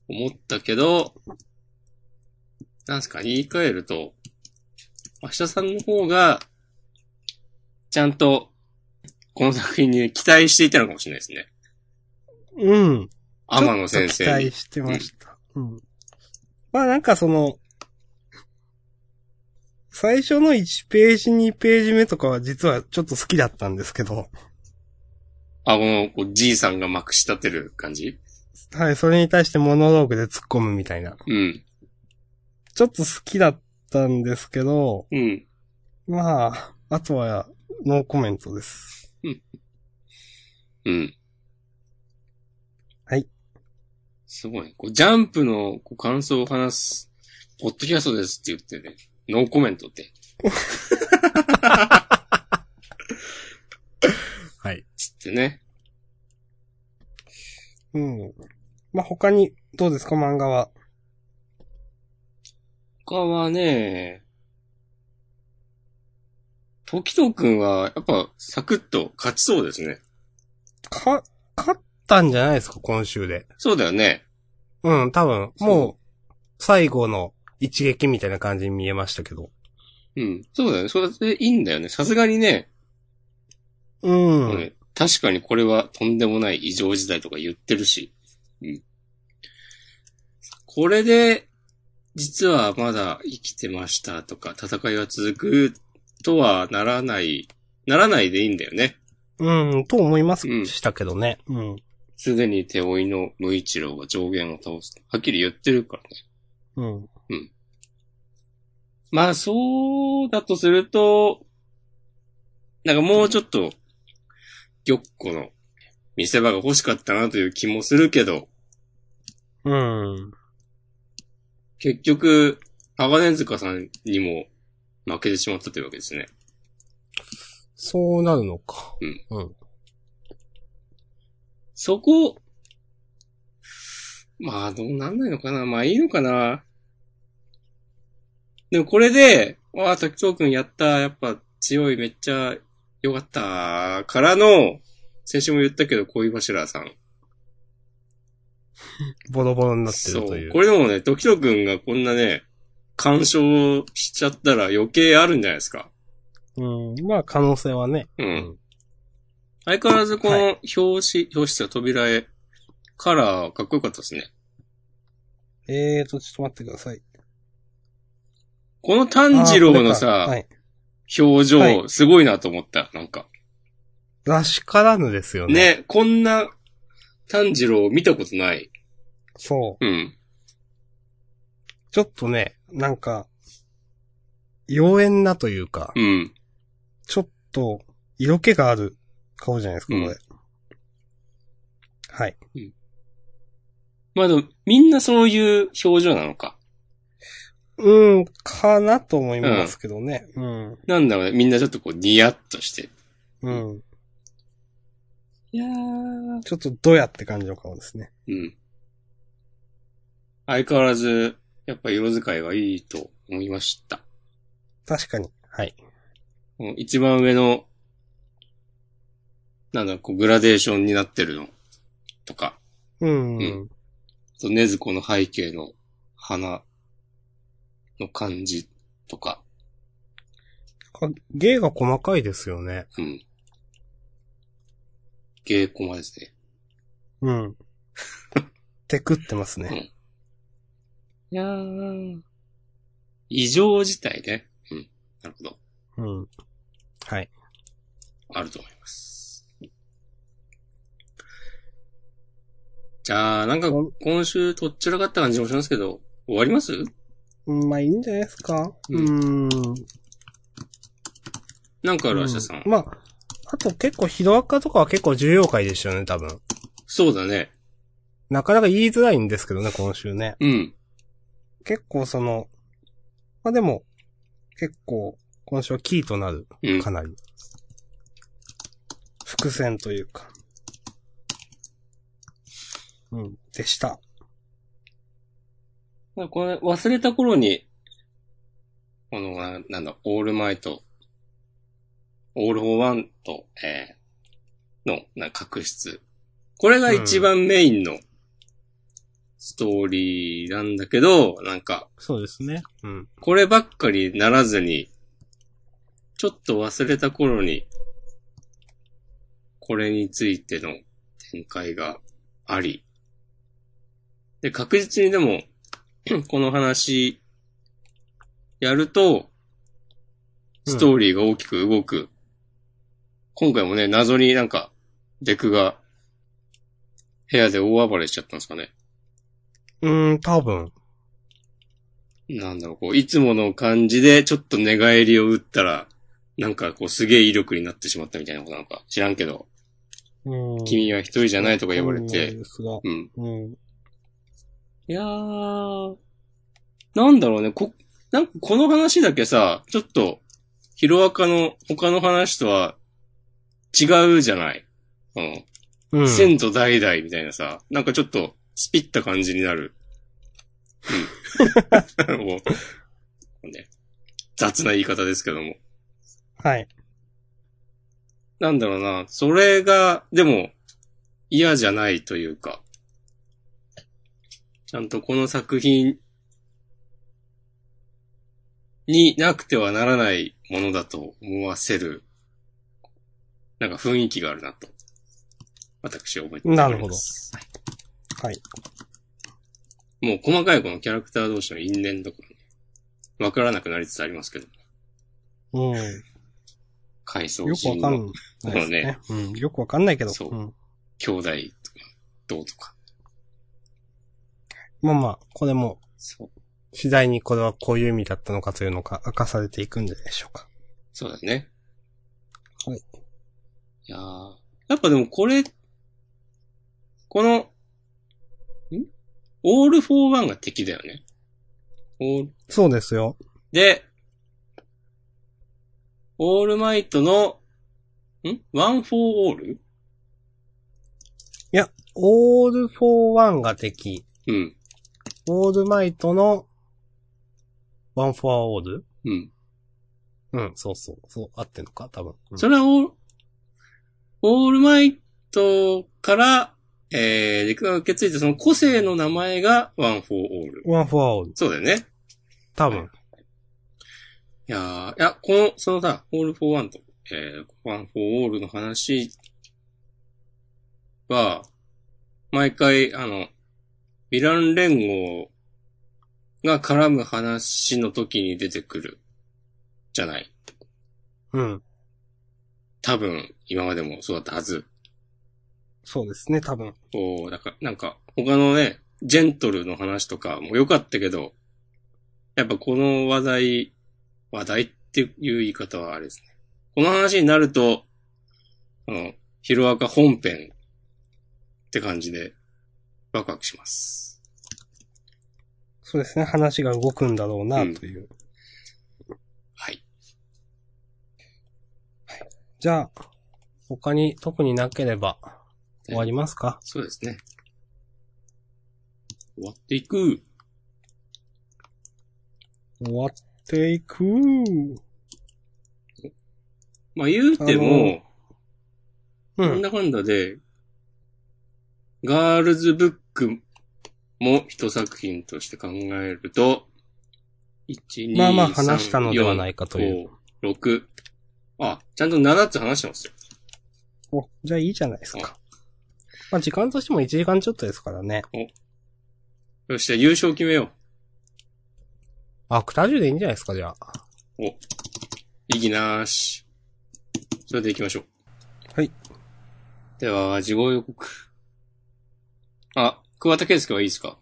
Speaker 2: 思ったけど、なんすか、言い換えると、明日さんの方が、ちゃんと、この作品に期待していたのかもしれないですね。
Speaker 1: うん。
Speaker 2: 天野先
Speaker 1: ちょ
Speaker 2: 生
Speaker 1: っと期
Speaker 2: に。
Speaker 1: 待してました。うん。まあなんかその、最初の1ページ、2ページ目とかは実はちょっと好きだったんですけど、
Speaker 2: あ、この、こうじいさんがまくし立てる感じ
Speaker 1: はい、それに対してモノローグで突っ込むみたいな。
Speaker 2: うん。
Speaker 1: ちょっと好きだったんですけど、
Speaker 2: うん。
Speaker 1: まあ、あとはノーコメントです。
Speaker 2: うん。
Speaker 1: はい。
Speaker 2: すごい。こうジャンプのこう感想を話す、ポッドキャストですって言ってね、ノーコメントって。
Speaker 1: はい。
Speaker 2: つってね。
Speaker 1: うん。まあ他に、どうですか漫画は。
Speaker 2: 他はね、時藤くんは、やっぱ、サクッと勝ちそうですね。
Speaker 1: か、勝ったんじゃないですか今週で。
Speaker 2: そうだよね。
Speaker 1: うん、多分、もう
Speaker 2: う、
Speaker 1: 最後の一撃みたいな感じに見えましたけど。
Speaker 2: うん。そうだよね。それでいいんだよね。さすがにね、
Speaker 1: うん。
Speaker 2: これ確かにこれはとんでもない異常事態とか言ってるし。うん。これで、実はまだ生きてましたとか、戦いは続くとはならない、ならないでいいんだよね。
Speaker 1: うん、と思います、
Speaker 2: うん
Speaker 1: したけどね。うん。
Speaker 2: すでに手負いの無一郎が上限を倒す。はっきり言ってるからね。
Speaker 1: うん。
Speaker 2: まあ、そうだとすると、なんかもうちょっと、玉子の見せ場が欲しかったなという気もするけど、
Speaker 1: うん。
Speaker 2: 結局、鋼塚さんにも負けてしまったというわけですね。
Speaker 1: そうなるのか。
Speaker 2: そこ、まあ、どうなんないのかなまあ、いいのかなでも、これで、わあ、滝藤くんやった、やっぱ強い、めっちゃ良かった、からの、先週も言ったけど、恋柱さん。
Speaker 1: ボロボロになって
Speaker 2: そ。
Speaker 1: るというう。
Speaker 2: これでもね、時藤くんがこんなね、干渉しちゃったら余計あるんじゃないですか。
Speaker 1: うん。まあ、可能性はね。
Speaker 2: うん。
Speaker 1: ん
Speaker 2: 相変わらずこの
Speaker 1: は
Speaker 2: 表紙、表紙と扉絵、カラーかっこよかったですね。
Speaker 1: えーと、ちょっと待ってください。
Speaker 2: この炭治郎のさ、
Speaker 1: あーこれか
Speaker 2: 表情、
Speaker 1: はい
Speaker 2: すごいなと思った。なんか。
Speaker 1: はい。らしからぬですよね。。
Speaker 2: ね、こんな炭治郎見たことない。
Speaker 1: そう。
Speaker 2: うん。
Speaker 1: ちょっとね、なんか、妖艶なというか、
Speaker 2: うん。
Speaker 1: ちょっと、色気がある顔じゃないですか、これ。
Speaker 2: うん
Speaker 1: はい。
Speaker 2: まあでも、みんなそういう表情なのか。
Speaker 1: うん、かなと思いますけどね。うん。
Speaker 2: なんだろうね、みんなちょっとこう、ニヤッとして。
Speaker 1: うん。
Speaker 2: いやー。
Speaker 1: ちょっとドヤって感じの顔ですね。
Speaker 2: うん。相変わらず、やっぱ色使いはいいと思いました。
Speaker 1: 確かに。はい。
Speaker 2: この一番上の、なんだ、こう、グラデーションになってるの。とか、
Speaker 1: うん。
Speaker 2: うんあと、ねずこの背景の花の感じとか、
Speaker 1: か芸が細かいですよね。
Speaker 2: うん。稽古まですね。
Speaker 1: うん。てくってますね。
Speaker 2: いやー。異常事態ね。うん。なるほど。
Speaker 1: うん。はい。
Speaker 2: あると思います。じゃあ、なんか
Speaker 1: お
Speaker 2: 今週とっちらかった感じもしますけど、終わります
Speaker 1: うんまあいいんじゃないですか。
Speaker 2: う
Speaker 1: うん。
Speaker 2: なんかある、明日さん。
Speaker 1: まあ、あと結構ヒロアカとかは結構重要回でしたよね、多分。
Speaker 2: そうだね。
Speaker 1: なかなか言いづらいんですけどね、今週ね。
Speaker 2: うん。
Speaker 1: 結構その、まあでも、結構、今週はキーとなる、
Speaker 2: うん
Speaker 1: か。なり。伏線というか。うん、でした。
Speaker 2: なんかこれ忘れた頃に、この、ななんだ、オールマイト、オールフォーワンと、えー、の、なんか確執。これが一番メインのストーリーなんだけど、なんか、
Speaker 1: そうですね。うん。
Speaker 2: こればっかりならずに、ちょっと忘れた頃に、これについての展開があり。で、確実にでも、 この話、やると、ストーリーが大きく動く。今回もね、謎になんか、デクが、部屋で大暴れしちゃったんですかね。
Speaker 1: うーん、多分。
Speaker 2: なんだろう、こう、いつもの感じで、ちょっと寝返りを打ったら、なんかこう、すげえ威力になってしまったみたいなことなのか、知らんけど、
Speaker 1: うん。
Speaker 2: 君は一人じゃないとか言われ
Speaker 1: そうなん
Speaker 2: て、
Speaker 1: ですが
Speaker 2: うん。
Speaker 1: うん。
Speaker 2: いやー、なんだろうね、こ、なんかこの話だけさ、ちょっと、ヒロアカの他の話とは、違うじゃない。うん。
Speaker 1: うん。
Speaker 2: 千と代々みたいなさ、なんかちょっと、スピった感じに なる。うん。 もう、ね、雑な言い方ですけども。
Speaker 1: はい。
Speaker 2: なんだろうな、それが、でも、嫌じゃないというか、ちゃんとこの作品になくてはならないものだと思わせる、なんか雰囲気があるなと、私は思っております。
Speaker 1: なるほどはい。
Speaker 2: もう細かいこのキャラクター同士の因縁とかね、わからなくなりつつありますけど、
Speaker 1: うん。
Speaker 2: 回想
Speaker 1: よく
Speaker 2: シー
Speaker 1: わか
Speaker 2: ンの
Speaker 1: んないですね。うん。よくわかんないけど。。
Speaker 2: そうん兄弟とか、どうとか。
Speaker 1: まあまあ、これも、
Speaker 2: そう。
Speaker 1: 次第にこれはこういう意味だったのかというのが明かされていくんじゃないでしょうか。
Speaker 2: そうだね。
Speaker 1: はい。
Speaker 2: いやーやっぱでもこれ、この、んオールフォーワンが敵だよね。オール
Speaker 1: そうですよ。
Speaker 2: で、オールマイトの、んワンフォーオール
Speaker 1: いや、オール・フォー・ワンが敵。
Speaker 2: うん。
Speaker 1: オールマイトの、ワン・フォア・オール
Speaker 2: うん。
Speaker 1: うん、そうそう。そう、合ってんのか多分。うん
Speaker 2: それはオール、オールマイトから、えー、陸が受け継いでその個性の名前がワンフォーオール。
Speaker 1: ワン・フォア・オール。
Speaker 2: そうだよね。
Speaker 1: 多分。
Speaker 2: いやー、いや、この、そのさ、オールフォーワンと、えー、ワンフォーオールの話は、毎回、あの、ヴィラン連合が絡む話の時に出てくる、じゃない。
Speaker 1: うん。
Speaker 2: 多分、今までもそうだったはず。
Speaker 1: そうですね、多分。
Speaker 2: おおだから、なんか、他のね、ジェントルの話とかも良かったけど、やっぱこの話題、話題っていう言い方はあれですね。この話になると、あの、ヒロアカ本編って感じで、ワクワクします。
Speaker 1: そうですね、話が動くんだろうな、
Speaker 2: うん
Speaker 1: という。
Speaker 2: はい。
Speaker 1: じゃあ、他に特になければ、終わりますか
Speaker 2: そうですね。終わっていく。
Speaker 1: 終わっていく
Speaker 2: まあ言うても、
Speaker 1: う
Speaker 2: なん
Speaker 1: ん。
Speaker 2: だかんだで、ガールズブックも一作品として考えると、1、2、。
Speaker 1: まあまあ話したのではないかという
Speaker 2: 5 6。あ、ちゃんと7つ話してますよ。
Speaker 1: お、じゃあいいじゃないですか。まあ時間としても1時間ちょっとですからね。
Speaker 2: そして優勝決めよ
Speaker 1: あ、クタジュでいいんじゃないですか、じゃあ。
Speaker 2: う。お。意義なーし。それで行きましょう。
Speaker 1: はい。
Speaker 2: では、事後予告。あ、桑田圭介はいいですか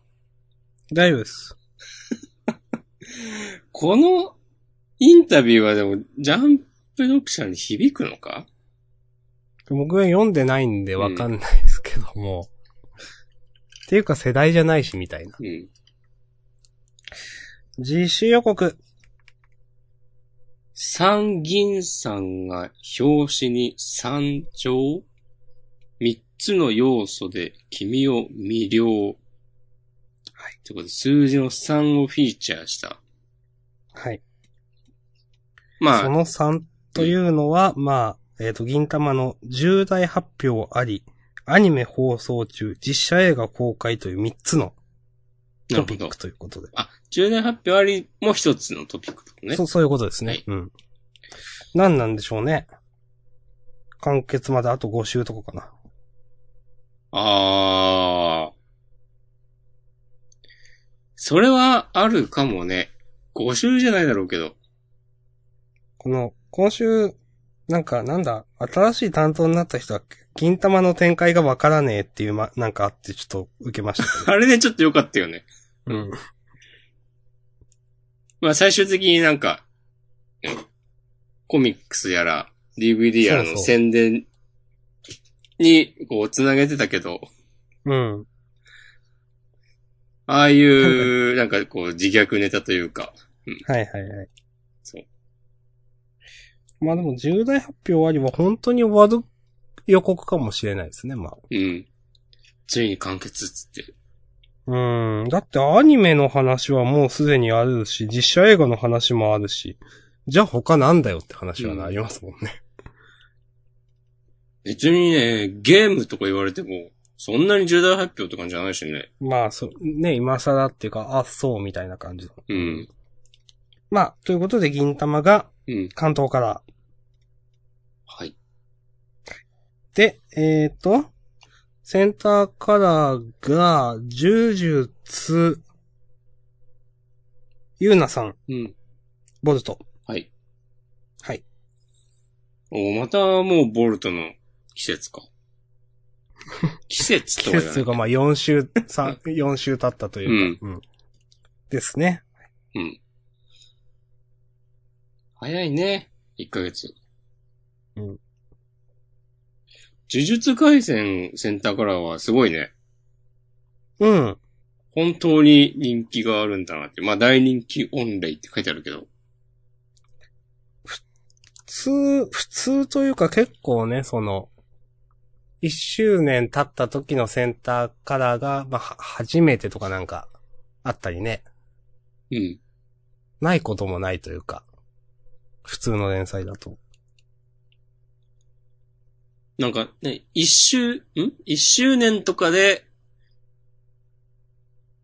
Speaker 1: 大丈夫です。
Speaker 2: このインタビューはでも、ジャンプ読者に響くのか
Speaker 1: 僕は読んでないんでわかんないですけども。っていうか世代じゃないし、みたいな。
Speaker 2: うん。
Speaker 1: 実習予告。
Speaker 2: 三銀さんが表紙に三丁三つの要素で君を魅了。はい。ということで、数字の3をフィーチャーした。
Speaker 1: はい。そ
Speaker 2: まあ、
Speaker 1: の3というのは、まあ、えっ、と、銀玉の重大発表あり、アニメ放送中、実写映画公開という3つの
Speaker 2: な
Speaker 1: ト
Speaker 2: る
Speaker 1: ピッ
Speaker 2: ほど
Speaker 1: ク。ということで。
Speaker 2: あ、10年発表ありも一つのトピックとかね
Speaker 1: そ。う、そういうことですね。
Speaker 2: はい
Speaker 1: うん。何なんでしょうね。完結まであと5週とかかな。
Speaker 2: あー。それはあるかもね。5週じゃないだろうけど。
Speaker 1: この、今週、なんか、なんだ、新しい担当になった人だっけ銀玉の展開がわからねえっていう、ま、なんかあってちょっと受けましたけ
Speaker 2: あれね、ちょっと良かったよね。
Speaker 1: ど。うん。
Speaker 2: まあ最終的になんか、うんコミックスやら、DVD やら
Speaker 1: そう
Speaker 2: の
Speaker 1: そう
Speaker 2: 宣伝に、こう、繋げてたけど、
Speaker 1: うん。
Speaker 2: ああ いう、なんかこう、自虐ネタというか、
Speaker 1: はいはいはい。
Speaker 2: そう。
Speaker 1: まあでも、重大発表ありは本当に終わる予告かもしれないですね、まあ。
Speaker 2: うん。ついに完結っつって。
Speaker 1: うん。だってアニメの話はもうすでにあるし、実写映画の話もあるし、じゃあ他なんだよって話はなりますもんね。
Speaker 2: 別にね、ゲームとか言われても、そんなに重大発表って感じじゃないしね。
Speaker 1: まあ、そう、ね、今更っていうか、あ、そうみたいな感じの。
Speaker 2: うん。
Speaker 1: まあ、ということで、銀玉が
Speaker 2: うん。
Speaker 1: 関東から。
Speaker 2: はい。
Speaker 1: で、えっ、と、センターカラーが、柔術、ゆうなさん、
Speaker 2: うん。
Speaker 1: ボルト。
Speaker 2: はい。
Speaker 1: はい。
Speaker 2: おまたもうボルトの季節 か。季節と
Speaker 1: 季
Speaker 2: は言わ
Speaker 1: 節
Speaker 2: ない
Speaker 1: というか、まあ、4週、三4週経ったというか、うん。ですね。
Speaker 2: うん。早いね。1ヶ月。
Speaker 1: うん
Speaker 2: 呪術回戦センターカラーはすごいね。
Speaker 1: うん。
Speaker 2: 本当に人気があるんだなって。まあ大人気オンレイって書いてあるけど。
Speaker 1: 普通、普通というか結構ね、その、1周年経った時のセンターカラーが、まあ、は初めてとかなんか、あったりね。
Speaker 2: うん。
Speaker 1: ないこともないというか、普通の連載だと。
Speaker 2: なんかね、一周、ん一周年とかで、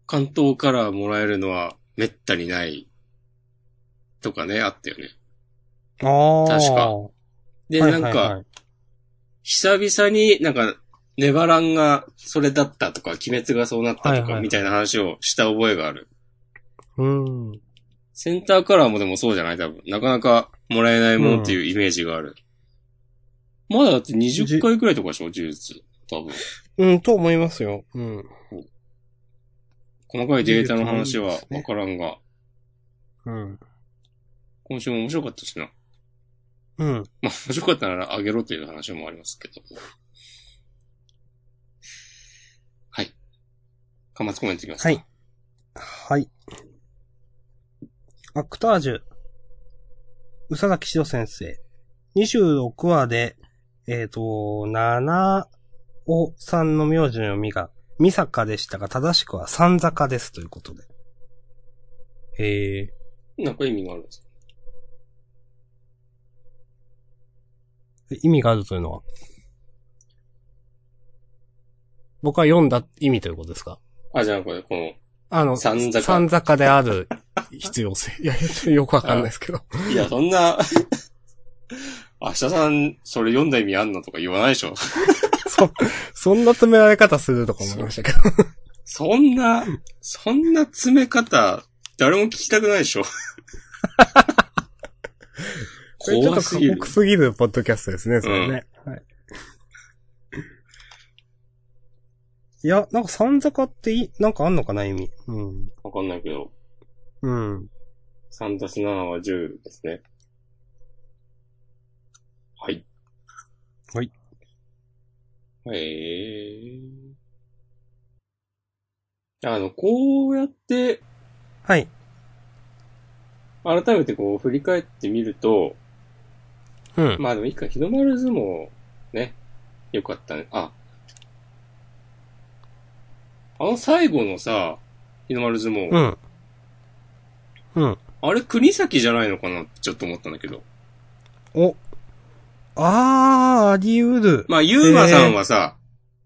Speaker 2: 関東カラーもらえるのはめったにない。とかね、あったよね。
Speaker 1: あ
Speaker 2: 確かで、なんか、久々になんか、ネバランがそれだったとか、鬼滅がそうなった
Speaker 1: はい
Speaker 2: と
Speaker 1: はい
Speaker 2: か、
Speaker 1: はい
Speaker 2: みたいな話をした覚えがある。
Speaker 1: うん。
Speaker 2: センターカラーもでもそうじゃない多分。なかなかもらえないものっていうイメージがある。まだだって20回くらいとかでしょ呪術。多分。
Speaker 1: うん、と思いますよ。うん。
Speaker 2: 細かいデータの話はわからんが、
Speaker 1: うん。
Speaker 2: 今週も面白かったしな。
Speaker 1: うん。
Speaker 2: まあ面白かったならあげろという話もありますけど。はい。端末コメントいきますか。
Speaker 1: はい。はい。アクタージュ、宇佐崎史郎先生。26話で、えっ、と、七尾さんの名字の読みが、三坂でしたが、正しくは三坂ですということで。へえ。
Speaker 2: なんか意味があるんですか
Speaker 1: 意味があるというのは僕は読んだ意味ということですか
Speaker 2: あ、じゃあこれ、この、
Speaker 1: あの、
Speaker 2: 三坂
Speaker 1: 三坂である必要性。いや、よくわかんないですけど。
Speaker 2: いや、そんな、 明日さん、それ読んだ意味あんのとか言わないでしょ。
Speaker 1: そ、そんな詰められ方するとか思いましたけど。
Speaker 2: そんな、そんな詰め方、誰も聞きたくないでし ょ。
Speaker 1: これちょっ
Speaker 2: 怖
Speaker 1: と
Speaker 2: す
Speaker 1: 過
Speaker 2: ぎる
Speaker 1: 酷。すぎるポッドキャストですね、それね。はい。いや、なんか三坂っていい、なんかあんのかな、意味。うん。
Speaker 2: わかんないけど、
Speaker 1: うん。
Speaker 2: 3たす7は10ですね。はい。
Speaker 1: はい。
Speaker 2: へえあの、こうやって、
Speaker 1: はい。
Speaker 2: 改めてこう振り返ってみると、
Speaker 1: うん。
Speaker 2: まあでもいいか、日の丸相撲、ね。よかったね。あ。あの最後のさ、日の丸相撲。
Speaker 1: うん。
Speaker 2: あれ国崎じゃないのかなってちょっと思ったんだけど。
Speaker 1: お。あー、あり得る。
Speaker 2: まあ、ゆうまさんはさ、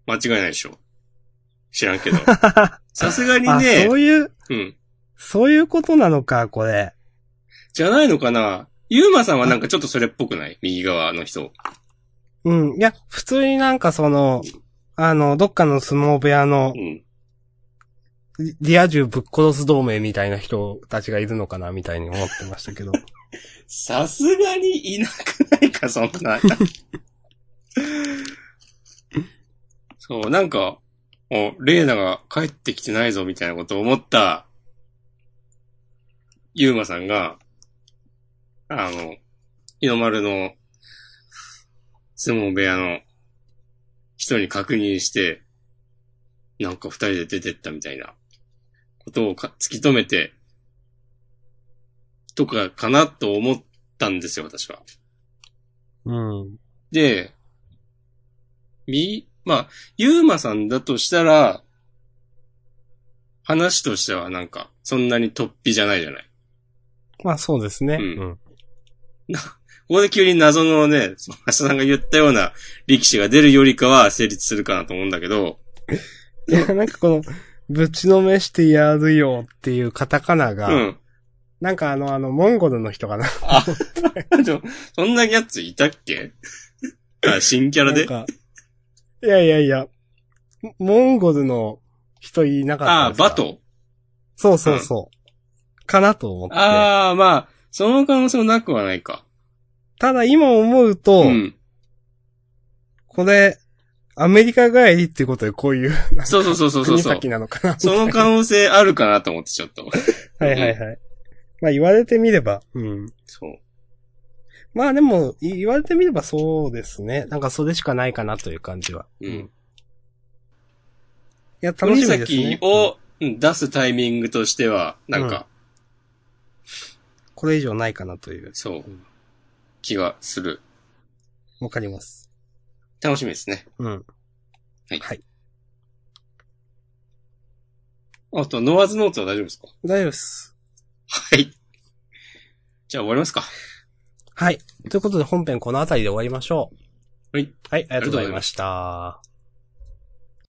Speaker 2: 間違いないでしょ。知らん けど。さすがに
Speaker 1: あ、
Speaker 2: ね
Speaker 1: そ、ういう、
Speaker 2: うん。
Speaker 1: そういうことなのか、これ。
Speaker 2: じゃないのかなゆうまさんはなんかちょっとそれっぽくない右側の人。
Speaker 1: うん。いや、普通になんかその、あの、どっかの相撲部屋の
Speaker 2: うん。
Speaker 1: リリア充ぶっ殺す同盟みたいな人たちがいるのかな、みたいに思ってましたけ ど。
Speaker 2: さすがにいなくないか、そんな。そう、なんか、お、レイナが帰ってきてないぞ、みたいなことを思った、ユーマさんが、あの、日の丸の、相撲部屋の人に確認して、なんか二人で出てったみたいなことをか突き止めて、とかかなと思ったんですよ、私は。
Speaker 1: うん。
Speaker 2: で、み、まあ、ゆうまさんだとしたら、話としてはなんか、そんなに突飛じゃないじゃない。
Speaker 1: まあそうですね。
Speaker 2: う
Speaker 1: うんん。
Speaker 2: ここで急に謎のね、その橋田さんが言ったような力士が出るよりかは成立するかなと思うんだけど、
Speaker 1: いや、なんかこの、ぶちのめしてやるよっていうカタカナ
Speaker 2: う
Speaker 1: が、
Speaker 2: ん。
Speaker 1: なんかあの、あの、モンゴルの人がな、
Speaker 2: あ、でもそんなやついたっけあ、新キャラ
Speaker 1: なん
Speaker 2: で
Speaker 1: か、いやいやいや、モンゴルの人いなかった
Speaker 2: あ、
Speaker 1: ですか
Speaker 2: バ。ト
Speaker 1: そうそうそう。かなと思って。
Speaker 2: ああ、まあ、その可能性もなくはないか。
Speaker 1: ただ今思うと、
Speaker 2: うん。
Speaker 1: これ、アメリカ帰りっていうことでこういう、
Speaker 2: そうそうそうそうそう
Speaker 1: 国
Speaker 2: そう。
Speaker 1: 先なのかな。
Speaker 2: その可能性あるかなと思って、ちょっと。
Speaker 1: はいはいはい。まあ言われてみれば、うん。
Speaker 2: そう。
Speaker 1: まあでも、い言われてみればそうですね。なんかそれしかないかなという感じは。
Speaker 2: う
Speaker 1: い
Speaker 2: ん。
Speaker 1: や、楽し
Speaker 2: 国
Speaker 1: みです
Speaker 2: 崎
Speaker 1: ね。
Speaker 2: をうん出すタイミングとしては、なんか、
Speaker 1: これ以上ないかなという、
Speaker 2: そう、気がする。
Speaker 1: わかります。
Speaker 2: 楽しみですね。
Speaker 1: うん。
Speaker 2: あと、ノアズノートは大丈夫ですか
Speaker 1: 大丈夫です。
Speaker 2: はい。じゃあ終わりますか。
Speaker 1: はい。ということで本編この辺りで終わりましょう。
Speaker 2: はい。
Speaker 1: はい、ありがとうございました。